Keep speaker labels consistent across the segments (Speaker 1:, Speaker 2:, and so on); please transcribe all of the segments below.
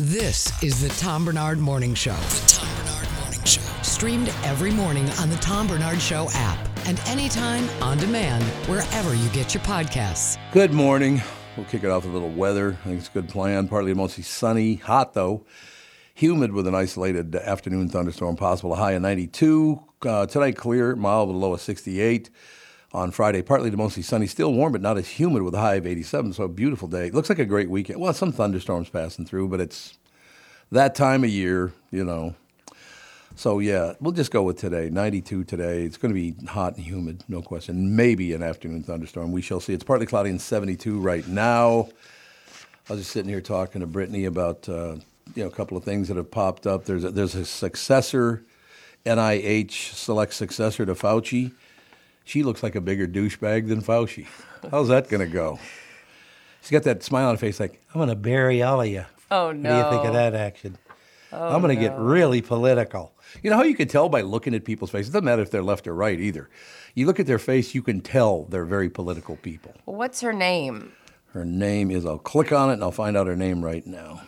Speaker 1: This is the Tom Bernard Morning Show. The Tom Bernard Morning Show. Streamed every morning on the Tom Bernard Show app and anytime on demand wherever you get your podcasts.
Speaker 2: Good morning. We'll kick it off with a little weather. I think it's a good plan. Partly mostly sunny, hot though. Humid with an isolated afternoon thunderstorm possible. A high of 92. Uh, tonight clear, mild with a low of 68. On Friday, partly to mostly sunny, still warm but not as humid with a high of 87. So a beautiful day. Looks like a great weekend. Well, some thunderstorms passing through, but it's that time of year, you know. So yeah, we'll just go with today. 92 today. It's going to be hot and humid, no question. Maybe an afternoon thunderstorm. We shall see. It's partly cloudy and 72 right now. I was just sitting here talking to Brittany about uh, you know a couple of things that have popped up. There's a, there's a successor, NIH select successor to Fauci. She looks like a bigger douchebag than Fauci. How's that going to go? She's got that smile on her face, like
Speaker 3: I'm going to bury all of you.
Speaker 4: Oh,
Speaker 3: What do you think
Speaker 4: no. Oh,
Speaker 3: of that action? I'm going to get really political.
Speaker 2: You know how you can tell by looking at people's faces? It doesn't matter if they're left or right either. You look at their face, you can tell they're very political people.
Speaker 4: What's her name?
Speaker 2: Her name is, I'll click on it and I'll find out her name right now.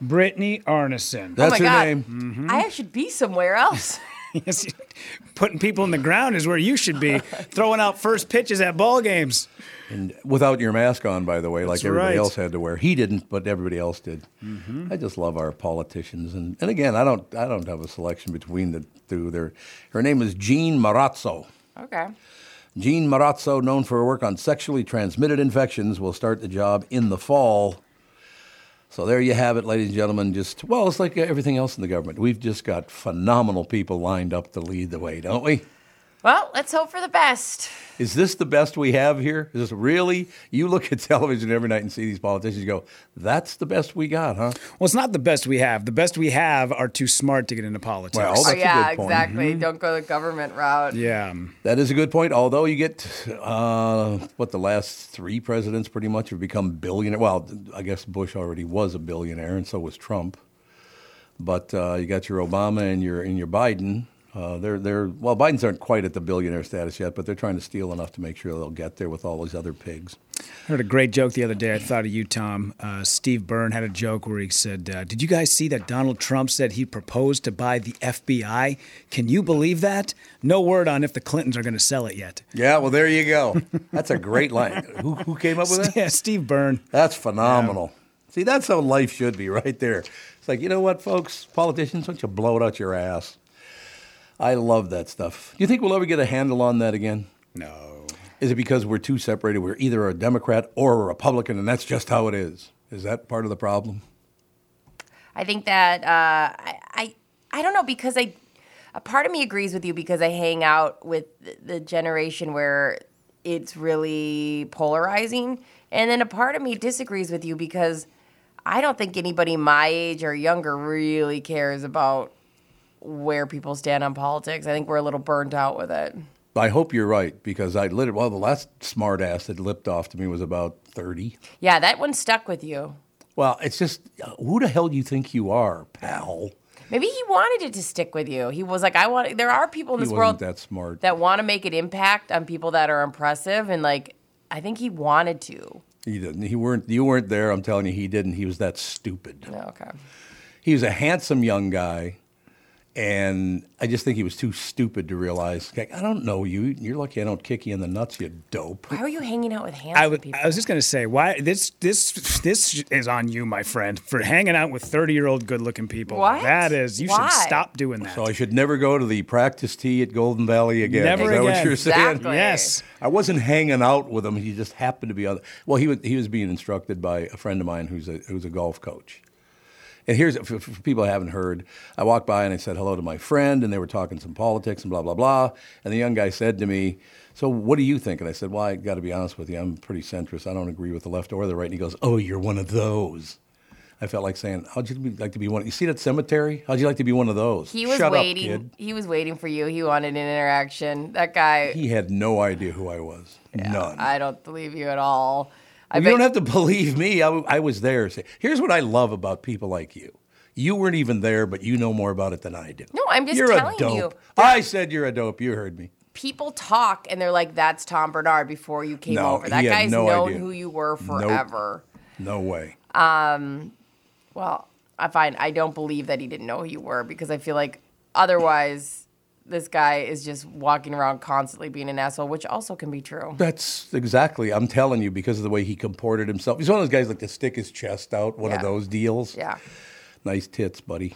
Speaker 5: Brittany Arneson.
Speaker 2: That's
Speaker 4: oh my
Speaker 2: her
Speaker 4: God.
Speaker 2: name.
Speaker 4: I should be somewhere else.
Speaker 5: Yes, Putting people in the ground is where you should be. Throwing out first pitches at ball games.
Speaker 2: Without your mask on, by the way, like
Speaker 5: That's
Speaker 2: everybody
Speaker 5: right. Mm-hmm.
Speaker 2: else had to wear. He didn't, but everybody else did. I just love our politicians. And, and again, I don't, I don't have a selection between the two. They're, her name is Jean Marazzo.
Speaker 4: okay.
Speaker 2: Jean Marazzo, known for her work on sexually transmitted infections, will start the job in the fall. So there you have it, ladies and gentlemen. Just well, it's like everything else in the government. We've just got phenomenal people lined up to lead the way, don't we?
Speaker 4: Well, let's hope for the best.
Speaker 2: Is this the best we have here? Is this really? You look at television every night and see these politicians. You go, that's the best we got, huh?
Speaker 5: Well, it's not the best we have. The best we have are too smart to get into politics.
Speaker 2: Well, that's
Speaker 4: oh,
Speaker 2: a
Speaker 4: yeah,
Speaker 2: good point.
Speaker 4: exactly. Don't go the government route.
Speaker 5: yeah. um,
Speaker 2: That is a good point. Although you get uh, what the last three presidents pretty much have become billionaire. Well, I guess Bush already was a billionaire, and so was Trump. But uh, you got your Obama and your and your Biden. Uh, they're they're well, Biden's aren't quite at the billionaire status yet, but they're trying to steal enough to make sure they'll get there with all these other pigs.
Speaker 5: I heard a great joke the other day. I thought of you, Tom. Uh, Steve Byrne had a joke where he said, uh, Did you guys see that Donald Trump said he proposed to buy the FBI? Can you believe that? No word on if the Clintons are going to sell it yet.
Speaker 2: Yeah, well, there you go. That's a great line. Who, who came up with that?
Speaker 5: yeah, Steve Byrne.
Speaker 2: That's phenomenal. See, that's how life should be right there. It's like, you know what, folks, politicians, why don't you blow it out your ass? I love that stuff. Do you think we'll ever get a handle on that again?
Speaker 5: No.
Speaker 2: Is it because we're too separated? We're either a Democrat or a Republican, and that's just how it is. Is that part of the problem?
Speaker 4: I think that uh, I, I I don't know because I a part of me agrees with you because I hang out with th- the generation where it's really polarizing, and then a part of me disagrees with you because I don't think anybody my age or younger really cares about where people stand on politics. I think we're a little burnt out with it.
Speaker 2: I hope you're right because I literally, well, the last smart ass that lipped off to me was about 30.
Speaker 4: Yeah, that one stuck with you.
Speaker 2: Well, it's just, who the hell do you think you are, pal?
Speaker 4: Maybe he wanted it to stick with you. He was like, I want. There are people in
Speaker 2: He
Speaker 4: this
Speaker 2: wasn't
Speaker 4: world
Speaker 2: that smart.
Speaker 4: that want to make an impact on people that are impressive and like I think he wanted to.
Speaker 2: He didn't. He weren't. You weren't there. I'm telling you, he didn't. He was that stupid.
Speaker 4: Okay.
Speaker 2: He was a handsome young guy, and I just think he was too stupid to realize. Like, I don't know you. You're lucky I don't kick you in the nuts, you dope.
Speaker 4: Why were you hanging out with handsome
Speaker 5: I was-
Speaker 4: people?
Speaker 5: I was just gonna say why this this this is on you, my friend, for hanging out with thirty year old good looking people.
Speaker 4: What?
Speaker 5: That is you
Speaker 4: Why?
Speaker 5: should stop doing that.
Speaker 2: So I should never go to the practice tee at Golden Valley again.
Speaker 5: Never
Speaker 2: is that what
Speaker 5: again.
Speaker 2: you're saying?
Speaker 4: Exactly.
Speaker 5: yes.
Speaker 2: I wasn't hanging out with him. He just happened to be on. Well, he was he was being instructed by a friend of mine who's a who's a golf coach. And here's for, for people who haven't heard. I walked by and I said hello to my friend, and they were talking some politics and blah blah blah. And the young guy said to me, "So what do you think?" And I said, "Well, I got to be honest with you. I'm pretty centrist. I don't agree with the left or the right." And he goes, "Oh, you're one of those." I felt like saying, "How'd you like to be one? You see that cemetery? How'd you like to be one of those?"
Speaker 4: he was
Speaker 2: Shut
Speaker 4: waiting.
Speaker 2: Up, kid.
Speaker 4: He was waiting for you. He wanted an interaction. That guy
Speaker 2: He had no idea who I was. None.
Speaker 4: I don't believe you at all. I
Speaker 2: you don't have to believe me. I, w- I was there. Say- Here's what I love about people like you. You weren't even there, but you know more about it than I do.
Speaker 4: No, I'm just
Speaker 2: you're
Speaker 4: telling
Speaker 2: a
Speaker 4: you.
Speaker 2: dope. I said you're a dope. You heard me.
Speaker 4: people talk and they're like, That's Tom Bernard before you came
Speaker 2: No,
Speaker 4: over. That
Speaker 2: he had
Speaker 4: guy's
Speaker 2: no
Speaker 4: known
Speaker 2: idea.
Speaker 4: who you were forever.
Speaker 2: No way.
Speaker 4: Um, Well, I find I don't believe that he didn't know who you were because I feel like otherwise this guy is just walking around constantly being an asshole, which also can be true.
Speaker 2: That's exactly. I'm telling you because of the way he comported himself. He's one of those guys like to stick his chest out. One
Speaker 4: Yeah.
Speaker 2: of those deals.
Speaker 4: Yeah.
Speaker 2: Nice tits, buddy.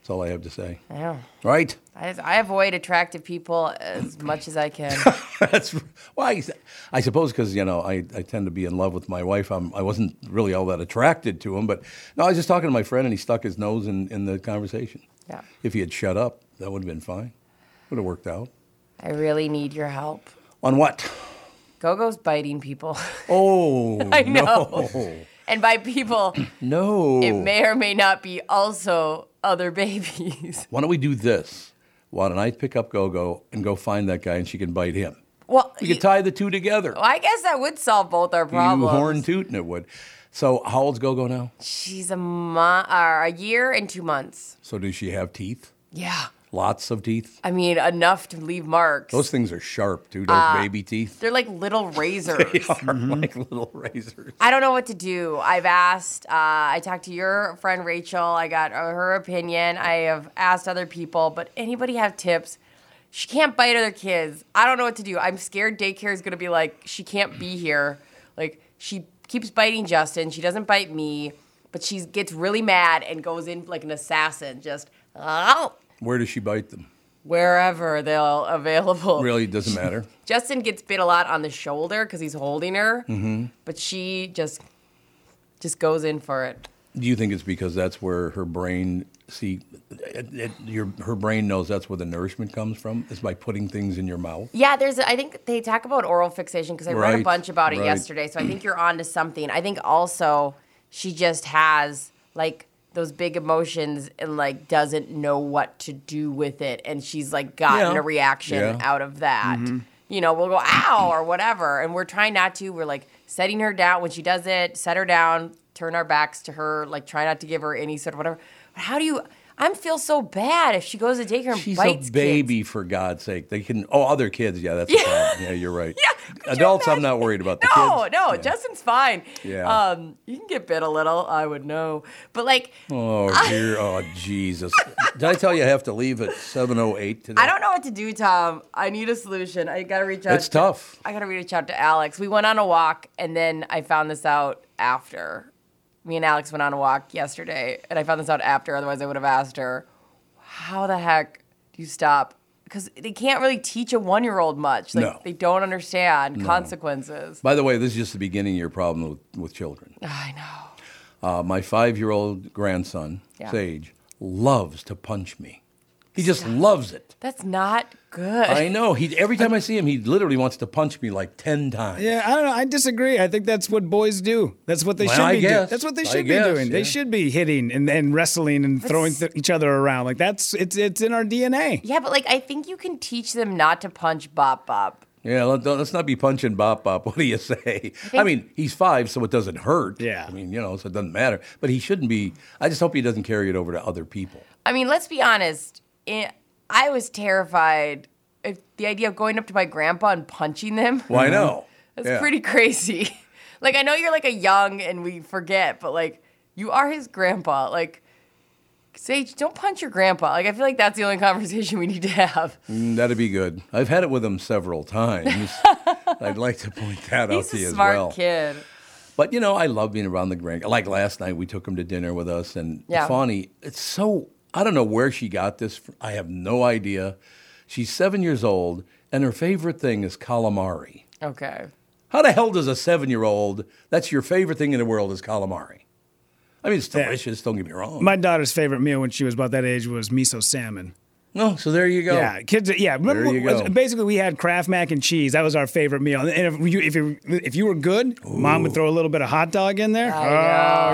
Speaker 2: That's all I have to say.
Speaker 4: Yeah.
Speaker 2: Right?
Speaker 4: I, I avoid attractive people as much as I can.
Speaker 2: That's why I s- I suppose because you know I, I tend to be in love with my wife. I'm, I wasn't really all that attracted to him, but no, I was just talking to my friend and he stuck his nose in, in the conversation.
Speaker 4: Yeah.
Speaker 2: If he had shut up, that would have been fine. Would have worked out.
Speaker 4: I really need your help.
Speaker 2: On what?
Speaker 4: Gogo's biting people.
Speaker 2: Oh,
Speaker 4: I know. And by people,
Speaker 2: no.
Speaker 4: it may or may not be also other babies.
Speaker 2: Why don't we do this? Why don't I pick up Gogo and go find that guy and she can bite him?
Speaker 4: Well,
Speaker 2: We
Speaker 4: you-
Speaker 2: could tie the two together.
Speaker 4: well, Oh, I guess that would solve both our
Speaker 2: you
Speaker 4: problems.
Speaker 2: horn tootin' it would. So how old's Gogo now?
Speaker 4: She's a month, or a year and two months.
Speaker 2: So does she have teeth?
Speaker 4: Yeah.
Speaker 2: Lots of teeth.
Speaker 4: I mean, enough to leave marks.
Speaker 2: Those things are sharp too. Those baby teeth
Speaker 4: They're like little Ah, razors. Mm-hmm.
Speaker 2: are like little razors.
Speaker 4: I don't know what to do. I've asked. Uh, I talked to your friend Rachel. I got uh, her opinion. I have asked other people, but anybody have tips? She can't bite other kids. I don't know what to do. I'm scared daycare is going to be like she can't be here. Like she keeps biting Justin. She doesn't bite me, but she gets really mad and goes in like an assassin. Just oh,
Speaker 2: Where does she bite them?
Speaker 4: wherever they're available.
Speaker 2: Really, it doesn't matter.
Speaker 4: Justin gets bit a lot on the shoulder because he's holding her,
Speaker 2: Mm-hmm.
Speaker 4: but she just just goes in for it.
Speaker 2: Do you think it's because that's where her brain see? It, it, your her brain knows that's where the nourishment comes from. Is by putting things in your mouth.
Speaker 4: Yeah, there's. I think they talk about oral fixation because I read a
Speaker 2: Right,
Speaker 4: bunch about it
Speaker 2: right.
Speaker 4: yesterday. So I think you're onto something. I think also she just has like those big emotions and like doesn't know what to do with it, and she's like gotten
Speaker 2: Yeah.
Speaker 4: a reaction
Speaker 2: Yeah.
Speaker 4: out of that. You know, we'll go ow or whatever, and we're trying not to. We're like setting her down when she does it. Set her down. Turn our backs to her. Like try not to give her any sort of whatever. But how do you? I feel so bad if she goes to daycare and
Speaker 2: She's
Speaker 4: bites
Speaker 2: a
Speaker 4: kids.
Speaker 2: baby, for God's sake. They can. Oh, other kids. Yeah, that's
Speaker 4: Yeah.
Speaker 2: a problem. Yeah, you're right.
Speaker 4: Yeah, could you
Speaker 2: Adults, I'm
Speaker 4: imagine?
Speaker 2: not worried about. The
Speaker 4: No,
Speaker 2: kids.
Speaker 4: no,
Speaker 2: Yeah.
Speaker 4: Justin's fine.
Speaker 2: Yeah.
Speaker 4: Um, you can get bit a little, I would know. But like
Speaker 2: Oh dear. Oh Jesus. Did I tell you I have to leave at 7:08 today?
Speaker 4: I don't know what to do, Tom. I need a solution. I gotta reach out
Speaker 2: It's
Speaker 4: to-
Speaker 2: tough.
Speaker 4: I gotta reach out to Alex. We went on a walk and then I found this out after. Me and Alex went on a walk yesterday and I found this out after, otherwise I would have asked her, How the heck do you stop? Because they can't really teach a one year old much. Like
Speaker 2: No.
Speaker 4: they don't understand consequences.
Speaker 2: By the way, this is just the beginning of your problem with, with children.
Speaker 4: I know.
Speaker 2: Uh, my five-year-old grandson,
Speaker 4: Yeah.
Speaker 2: Sage, loves to punch me. He just loves it.
Speaker 4: That's not good.
Speaker 2: I know. He every time I see him, he literally wants to punch me like ten times.
Speaker 5: Yeah, I don't know. I disagree. I think that's what boys do. That's what they
Speaker 2: Well,
Speaker 5: should
Speaker 2: I
Speaker 5: be doing.
Speaker 2: guess.
Speaker 5: That's what they
Speaker 2: I
Speaker 5: should
Speaker 2: guess,
Speaker 5: be doing. They
Speaker 2: yeah.
Speaker 5: should be hitting and, and wrestling and throwing
Speaker 4: That's-
Speaker 5: th- each other around. Like that's it's it's in our DNA.
Speaker 4: Yeah, but like I think you can teach them not to punch Bop Bop.
Speaker 2: Yeah, let, us not be punching Bop Bop. What do you say? I mean, he's five, so it doesn't hurt.
Speaker 5: Yeah.
Speaker 2: I mean, you know, so it doesn't matter. But he shouldn't be. I just hope he doesn't carry it over to other people.
Speaker 4: I mean, let's be honest. I I was terrified if the idea of going up to my grandpa and punching them.
Speaker 2: Well, I know.
Speaker 4: That's
Speaker 2: Yeah.
Speaker 4: pretty crazy. like I know you're like a young and we forget, but like you are his grandpa. Like Sage, don't punch your grandpa. Like I feel like that's the only conversation we need to have.
Speaker 2: Mm, That'd be good. I've had it with him several times. I'd like to point that out
Speaker 4: He's
Speaker 2: to you
Speaker 4: a
Speaker 2: as
Speaker 4: smart
Speaker 2: well.
Speaker 4: kid.
Speaker 2: But you know, I love being around the grand. Like last night, we took him to dinner with us, and
Speaker 4: Yeah.
Speaker 2: Fawny, it's so I don't know where she got this. From. I have no idea. She's seven years old, and her favorite thing is calamari.
Speaker 4: Okay.
Speaker 2: How the hell does a seven-year-old? That's your favorite thing in the world is calamari. I mean, it's delicious. Don't get me wrong.
Speaker 5: My daughter's favorite meal when she was about that age was miso salmon.
Speaker 2: no, so there you go.
Speaker 5: Yeah, kids. Yeah, remember
Speaker 2: There you
Speaker 5: what-
Speaker 2: go.
Speaker 5: basically we had Kraft mac and cheese. That was our favorite meal. And if you if you, if you were good, mom would throw a little bit of hot dog in there. oh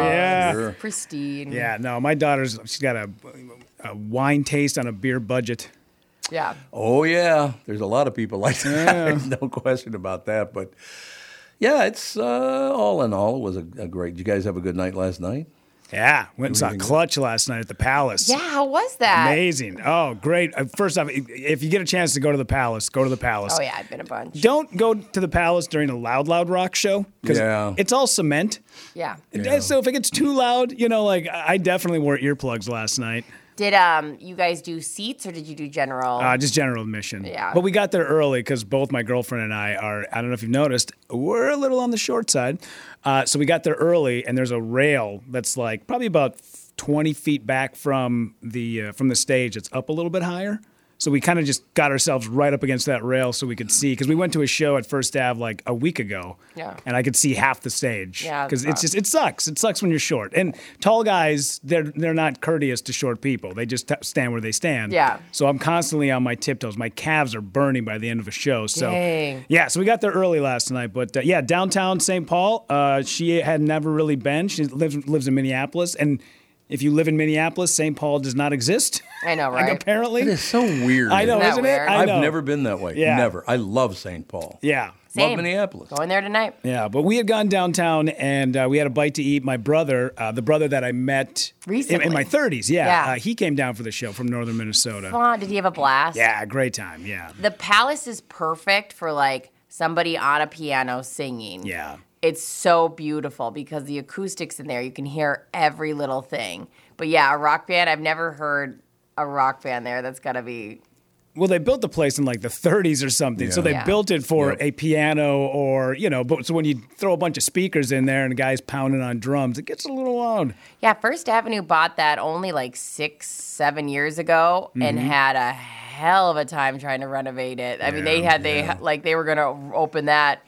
Speaker 5: yeah.
Speaker 2: Sure.
Speaker 4: Um, Pristine.
Speaker 5: Yeah, no, my daughter's she's got a, a wine taste on a beer budget.
Speaker 4: Yeah.
Speaker 2: Oh yeah, there's a lot of people like that. There's no question about that. But yeah, it's uh, all in all, it was a, a great. Did you guys have a good night last night?
Speaker 5: Yeah, went and saw Clutch last night at the Palace.
Speaker 4: Yeah, how was that?
Speaker 5: Amazing. Oh, great. Uh, First off, if- if you get a chance to go to the Palace, go to the Palace.
Speaker 4: Oh yeah, I've been a bunch.
Speaker 5: Don't go to the Palace during a loud, loud rock show because
Speaker 2: Yeah.
Speaker 5: it's all cement.
Speaker 4: yeah.
Speaker 5: And So if it gets too loud, you know, like I I definitely wore earplugs last night.
Speaker 4: Did um you guys do seats or did you do general?
Speaker 5: Uh, just general admission.
Speaker 4: Yeah.
Speaker 5: But we got there early because both my girlfriend and I are, I don't know if you've noticed, we're a little on the short side. Uh, so we got there early and there's a rail that's like probably about 20 feet back from the, uh, from the stage. It's up a little bit higher. So we kind of just got ourselves right up against that rail so we could see because we went to a show at First Ave like a week ago.
Speaker 4: Yeah.
Speaker 5: And I could see half the stage.
Speaker 4: Yeah, uh,
Speaker 5: Because it's
Speaker 4: that's-
Speaker 5: just, it sucks. It sucks when you're short. And tall guys, they're, they're not courteous to short people. They just t- stand where they stand.
Speaker 4: Yeah.
Speaker 5: So I'm constantly on my tiptoes. My calves are burning by the end of a show. So
Speaker 4: Dang.
Speaker 5: yeah, so we got there early last night. But uh, yeah, downtown St. Paul. Uh, she had never really been. She lives lives in Minneapolis, and if you live in Minneapolis, St. Paul does not exist.
Speaker 4: I know,
Speaker 5: like
Speaker 4: right?
Speaker 5: apparently.
Speaker 2: It is so weird.
Speaker 5: I know,
Speaker 4: Isn't that
Speaker 5: isn't,
Speaker 4: weird?
Speaker 5: it? I
Speaker 2: I've
Speaker 5: know.
Speaker 2: never been that way.
Speaker 5: Yeah.
Speaker 2: Never. I love St. Paul.
Speaker 5: Yeah.
Speaker 2: Love Minneapolis.
Speaker 4: Going there tonight.
Speaker 5: Yeah, but we had gone downtown and uh, we had a bite to eat. My brother, uh, the brother that I met in- in,
Speaker 4: Recently.
Speaker 5: my 30s, yeah,
Speaker 4: Yeah.
Speaker 5: Uh, he came down for the show from northern Minnesota.
Speaker 4: Aw, did he have a blast?
Speaker 5: Yeah, great time. Yeah,
Speaker 4: The palace is perfect for like somebody on a piano singing.
Speaker 5: yeah.
Speaker 4: It's so beautiful because the acoustics in there, you can hear every little thing. But yeah, a rock band, I've never heard a rock band there. That's got to be
Speaker 5: Well, they built the place in like the 30s or something. So
Speaker 2: Yeah.
Speaker 5: they
Speaker 4: Yeah.
Speaker 5: built it for
Speaker 2: Yep.
Speaker 5: a piano or, you know, but so when you throw a bunch of speakers in there and a guy's pounding on drums, it gets a little loud.
Speaker 4: Yeah, First Avenue bought that only like six, seven years ago, and
Speaker 2: Mm-hmm.
Speaker 4: had a hell of a time trying to renovate it. I mean, they had they like they were going to open that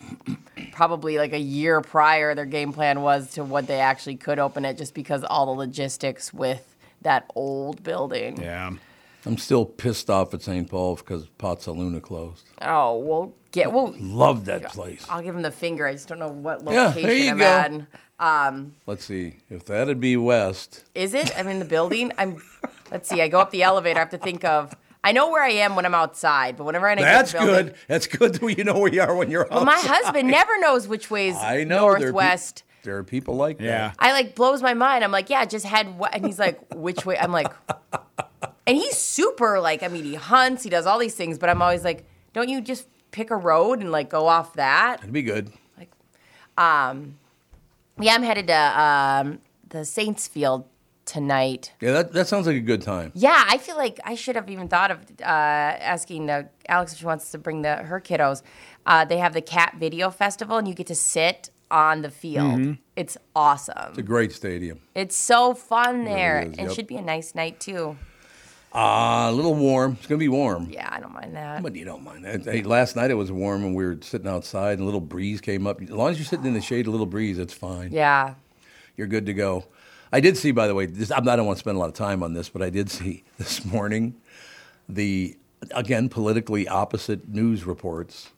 Speaker 4: probably like a year prior. Their game plan was to what they actually could open it, just because all the logistics with that old building.
Speaker 5: Yeah.
Speaker 2: I'm still pissed off at St. Paul because Pozzoluna closed.
Speaker 4: Oh, we'll get well.
Speaker 2: Love that place.
Speaker 4: I'll give him the finger. I just don't know what
Speaker 2: Yeah,
Speaker 4: location
Speaker 2: there you
Speaker 4: I'm
Speaker 2: go.
Speaker 4: at. Um,
Speaker 2: Let's see. If that'd be West,
Speaker 4: Is it? I'm in the building. I'm. Let's see. I go up the elevator. I have to think of. I know where I am when I'm outside, but whenever I enter
Speaker 2: that's
Speaker 4: the building,
Speaker 2: good. That's good that you know where you are when you're
Speaker 4: But
Speaker 2: out.
Speaker 4: my husband never knows which way's
Speaker 2: I know. there are pe-
Speaker 4: northwest.
Speaker 2: There are people like
Speaker 5: Yeah.
Speaker 2: that.
Speaker 4: I like blows my mind. I'm like, yeah, just head west, and he's like, which way? I'm like, and he's super like. I mean, he hunts, he does all these things, but I'm always like, don't you just pick a road and like go off that?
Speaker 2: It'd be good.
Speaker 4: Like, um, yeah, I'm headed to um the Saints Field tonight.
Speaker 2: Yeah, that, that sounds like a good time.
Speaker 4: Yeah, I feel like I should have even thought of uh, asking uh, Alex if she wants to bring the her kiddos. Uh, they have the Cat Video Festival, and you get to sit on the field. It's awesome.
Speaker 2: Mm-hmm. It's a great stadium.
Speaker 4: It's so fun there,
Speaker 2: is,
Speaker 4: and
Speaker 2: yep.
Speaker 4: should be a nice night too.
Speaker 2: Uh, a little warm. It's going to be warm.
Speaker 4: Yeah, I don't mind that.
Speaker 2: But you don't mind that. Hey, last night it was warm and we were sitting outside and a little breeze came up. As long as you're sitting in the shade, a little breeze, it's fine.
Speaker 4: Yeah,
Speaker 2: You're good to go. I did see, by the way, this, I don't want to spend a lot of time on this, but I did see this morning the, again, politically opposite news reports.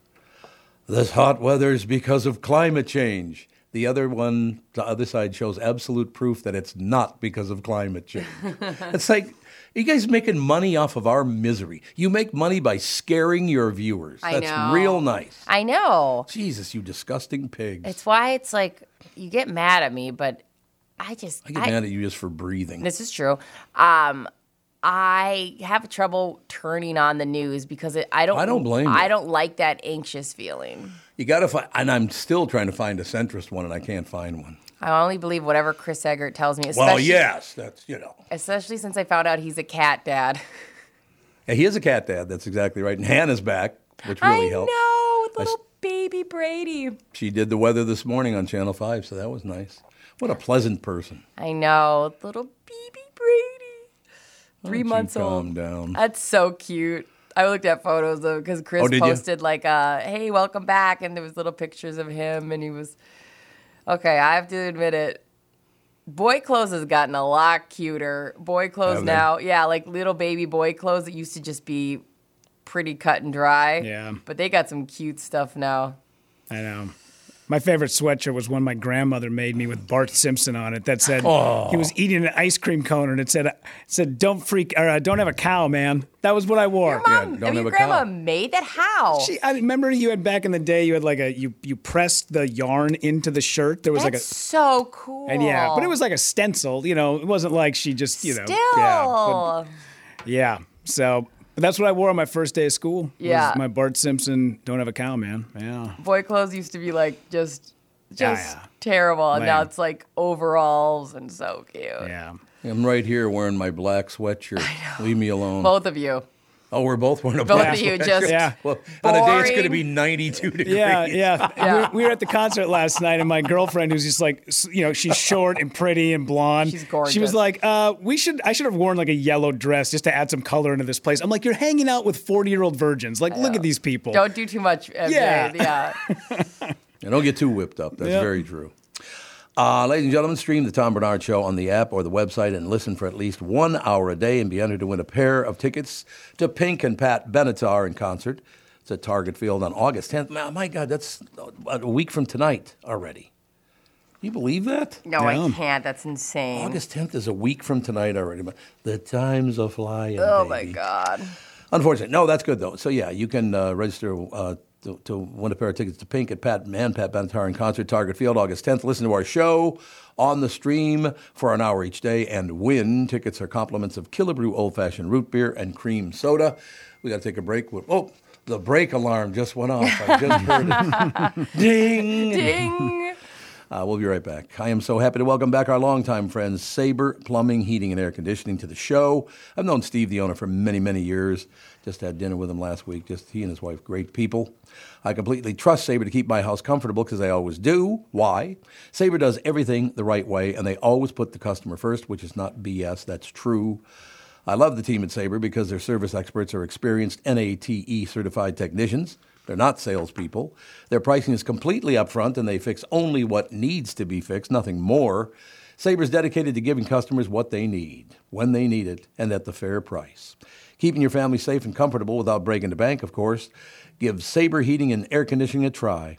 Speaker 2: This hot weather is because of climate change. The other one, the other side shows absolute proof that it's not because of climate change. it's like, you guys making money off of our misery. You make money by scaring your viewers.
Speaker 4: I
Speaker 2: That's
Speaker 4: know. Oh.
Speaker 2: real nice.
Speaker 4: I know.
Speaker 2: Jesus, you disgusting pigs.
Speaker 4: It's why it's like you get mad at me, but I just
Speaker 2: I get mad at you just for breathing.
Speaker 4: This is true. Um, I have trouble turning on the news because it, I don't.
Speaker 2: I don't blame you.
Speaker 4: I don't like that anxious feeling.
Speaker 2: You got to find, and I'm still trying to find a centrist one, and I can't find one.
Speaker 4: I only believe whatever Chris Eggert tells me. Especially,
Speaker 2: Well, yes, that's you know.
Speaker 4: Especially since I found out he's a cat dad.
Speaker 2: Yeah, he is a cat dad. That's exactly right. And Hannah's back, which really
Speaker 4: I
Speaker 2: helped.
Speaker 4: know, with
Speaker 2: I s-
Speaker 4: little baby Brady.
Speaker 2: She did the weather this morning on Channel Five, so that was nice. What a pleasant person.
Speaker 4: I know, little baby Brady, three
Speaker 2: Why don't you
Speaker 4: months
Speaker 2: calm
Speaker 4: old.
Speaker 2: down.
Speaker 4: That's so cute. I looked at photos of because Chris
Speaker 2: Oh, did you?
Speaker 4: posted like, uh, "Hey, welcome back," and there was little pictures of him, and he was okay. I have to admit it. Boy clothes has gotten a lot cuter. Boy clothes
Speaker 2: Have they?
Speaker 4: now, yeah, like little baby boy clothes that used to just be pretty cut and dry.
Speaker 5: Yeah.
Speaker 4: but they got some cute stuff now.
Speaker 5: I know. My favorite sweatshirt was one my grandmother made me with Bart Simpson on it that said
Speaker 2: Oh.
Speaker 5: he was eating an ice cream cone and it said it said don't freak or uh, don't have a cow, man. That was what I wore.
Speaker 4: Your mom,
Speaker 2: don't
Speaker 4: I mean,
Speaker 2: have
Speaker 4: your
Speaker 2: a
Speaker 4: grandma
Speaker 2: cow.
Speaker 4: made that. How?
Speaker 5: She, I remember you had back in the day. You had like a you you pressed the yarn into the shirt. There was
Speaker 4: That's
Speaker 5: like a
Speaker 4: so cool.
Speaker 5: and yeah, but it was like a stencil. You know, it wasn't like she just you know
Speaker 4: still.
Speaker 5: yeah but- yeah. So but that's what I wore on my first day of school. was
Speaker 4: Yeah.
Speaker 5: my Bart Simpson don't have a cow, man. Yeah,
Speaker 4: boy clothes used to be like just
Speaker 5: Yeah,
Speaker 4: just
Speaker 5: yeah.
Speaker 4: terrible and now
Speaker 5: Lame.
Speaker 4: it's like overalls and so cute
Speaker 5: yeah.
Speaker 2: I'm right here wearing my black sweatshirt. Leave me alone.
Speaker 4: both of you
Speaker 2: oh, we're both wearing a
Speaker 4: both
Speaker 2: black
Speaker 4: of you
Speaker 2: sweatshirt.
Speaker 4: just
Speaker 5: Yeah.
Speaker 2: Well, on a day it's going to
Speaker 4: boring.
Speaker 2: be 92 degrees.
Speaker 5: Yeah, yeah.
Speaker 4: Yeah.
Speaker 5: We, we were at the concert last night, and my girlfriend, who's just like, s- you know, she's short and pretty and blonde.
Speaker 4: She's gorgeous.
Speaker 5: She was like, uh, "We should. I should have worn like a yellow dress just to add some color into this place." I'm like, "You're hanging out with 40 year old virgins. Like, look at these people."
Speaker 4: don't do too much MJ.
Speaker 5: Yeah.
Speaker 4: yeah
Speaker 2: And don't get too whipped up. That's
Speaker 5: Yep.
Speaker 2: very true. Uh, ladies and gentlemen, stream the Tom Bernard Show on the app or the website and listen for at least one hour a day and be entered to win a pair of tickets to Pink and Pat Benatar in concert. It's at Target Field on August 10th. Man, my God, that's a week from tonight already. You believe that?
Speaker 4: no i
Speaker 5: Damn.
Speaker 4: can't that's insane
Speaker 2: August 10th is a week from tonight already. But the time's a flying.
Speaker 4: oh
Speaker 2: baby.
Speaker 4: my god
Speaker 2: Unfortunately, no, that's good though. So yeah, you can uh, register uh, to, to win a pair of tickets to Pink at Pat Man Pat Benatar in concert, Target Field, August 10th. Listen to our show on the stream for an hour each day and win tickets or compliments of Killebrew Old Fashioned Root Beer and Cream Soda. We got to take a break. We're- Oh, the break alarm just went off. I just heard it. Ding.
Speaker 4: ding
Speaker 2: Uh, we'll be right back. I am so happy to welcome back our longtime friends, Sabre Plumbing, Heating, and Air Conditioning, to the show. I've known Steve, the owner, for many, many years. Just had dinner with him last week. Just he and his wife, great people. I completely trust Sabre to keep my house comfortable because I always do. Why? Sabre does everything the right way, and they always put the customer first, which is not BS. That's true. I love the team at Sabre because their service experts are experienced NATE E certified technicians. They're not salespeople. Their pricing is completely upfront and they fix only what needs to be fixed, nothing more. Sabre's dedicated to giving customers what they need, when they need it, and at the fair price. Keeping your family safe and comfortable without breaking the bank, of course. Give Sabre Heating and Air Conditioning a try.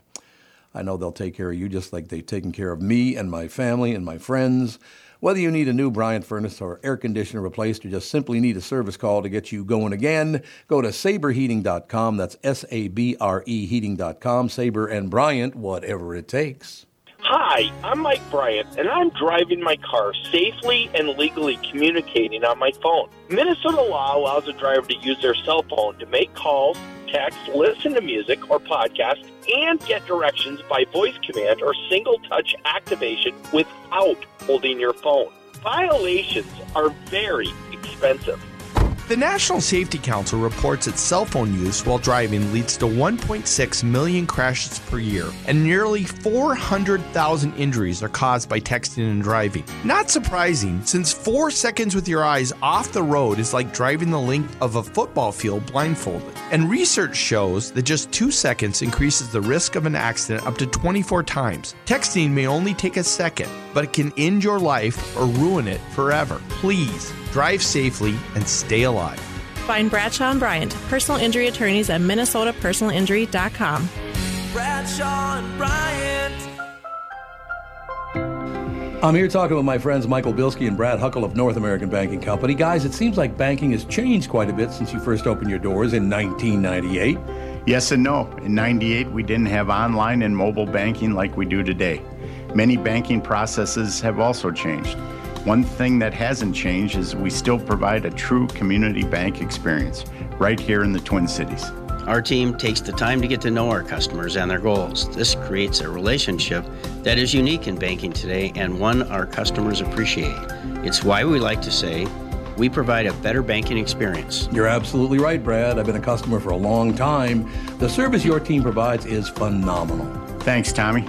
Speaker 2: I know they'll take care of you just like they've taken care of me and my family and my friends. Whether you need a new Bryant furnace or air conditioner replaced or just simply need a service call to get you going again, go to saberheating.com. That's S A B R E heating.com. Saber and Bryant, whatever it takes.
Speaker 6: Hi, I'm Mike Bryant, and I'm driving my car safely and legally communicating on my phone. Minnesota law allows a driver to use their cell phone to make calls, text, listen to music or podcasts, and get directions by voice command or single touch activation without holding your phone. Violations are very expensive.
Speaker 7: The National Safety Council reports that cell phone use while driving leads to 1.6 million crashes per year, and nearly 400,000 injuries are caused by texting and driving. Not surprising, since four seconds with your eyes off the road is like driving the length of a football field blindfolded. And research shows that just two seconds increases the risk of an accident up to 24 times. Texting may only take a second, but it can end your life or ruin it forever. Please drive safely and stay alive.
Speaker 8: Find Bradshaw and Bryant, personal injury attorneys at minnesotapersonalinjury.com.
Speaker 2: I'm here talking with my friends Michael Bilski and Brad Huckle of North American Banking Company. Guys, it seems like banking has changed quite a bit since you first opened your doors in 1998.
Speaker 9: Yes and no. In 98, we didn't have online and mobile banking like we do today. Many banking processes have also changed. One thing that hasn't changed is we still provide a true community bank experience right here in the Twin Cities.
Speaker 10: Our team takes the time to get to know our customers and their goals. This creates a relationship that is unique in banking today and one our customers appreciate. It's why we like to say we provide a better banking experience.
Speaker 2: You're absolutely right, Brad. I've been a customer for a long time. The service your team provides is phenomenal.
Speaker 9: Thanks, Tommy.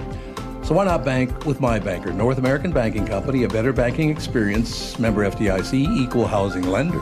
Speaker 2: So why not bank with my banker, North American Banking Company, a better banking experience, member FDIC, equal housing lender.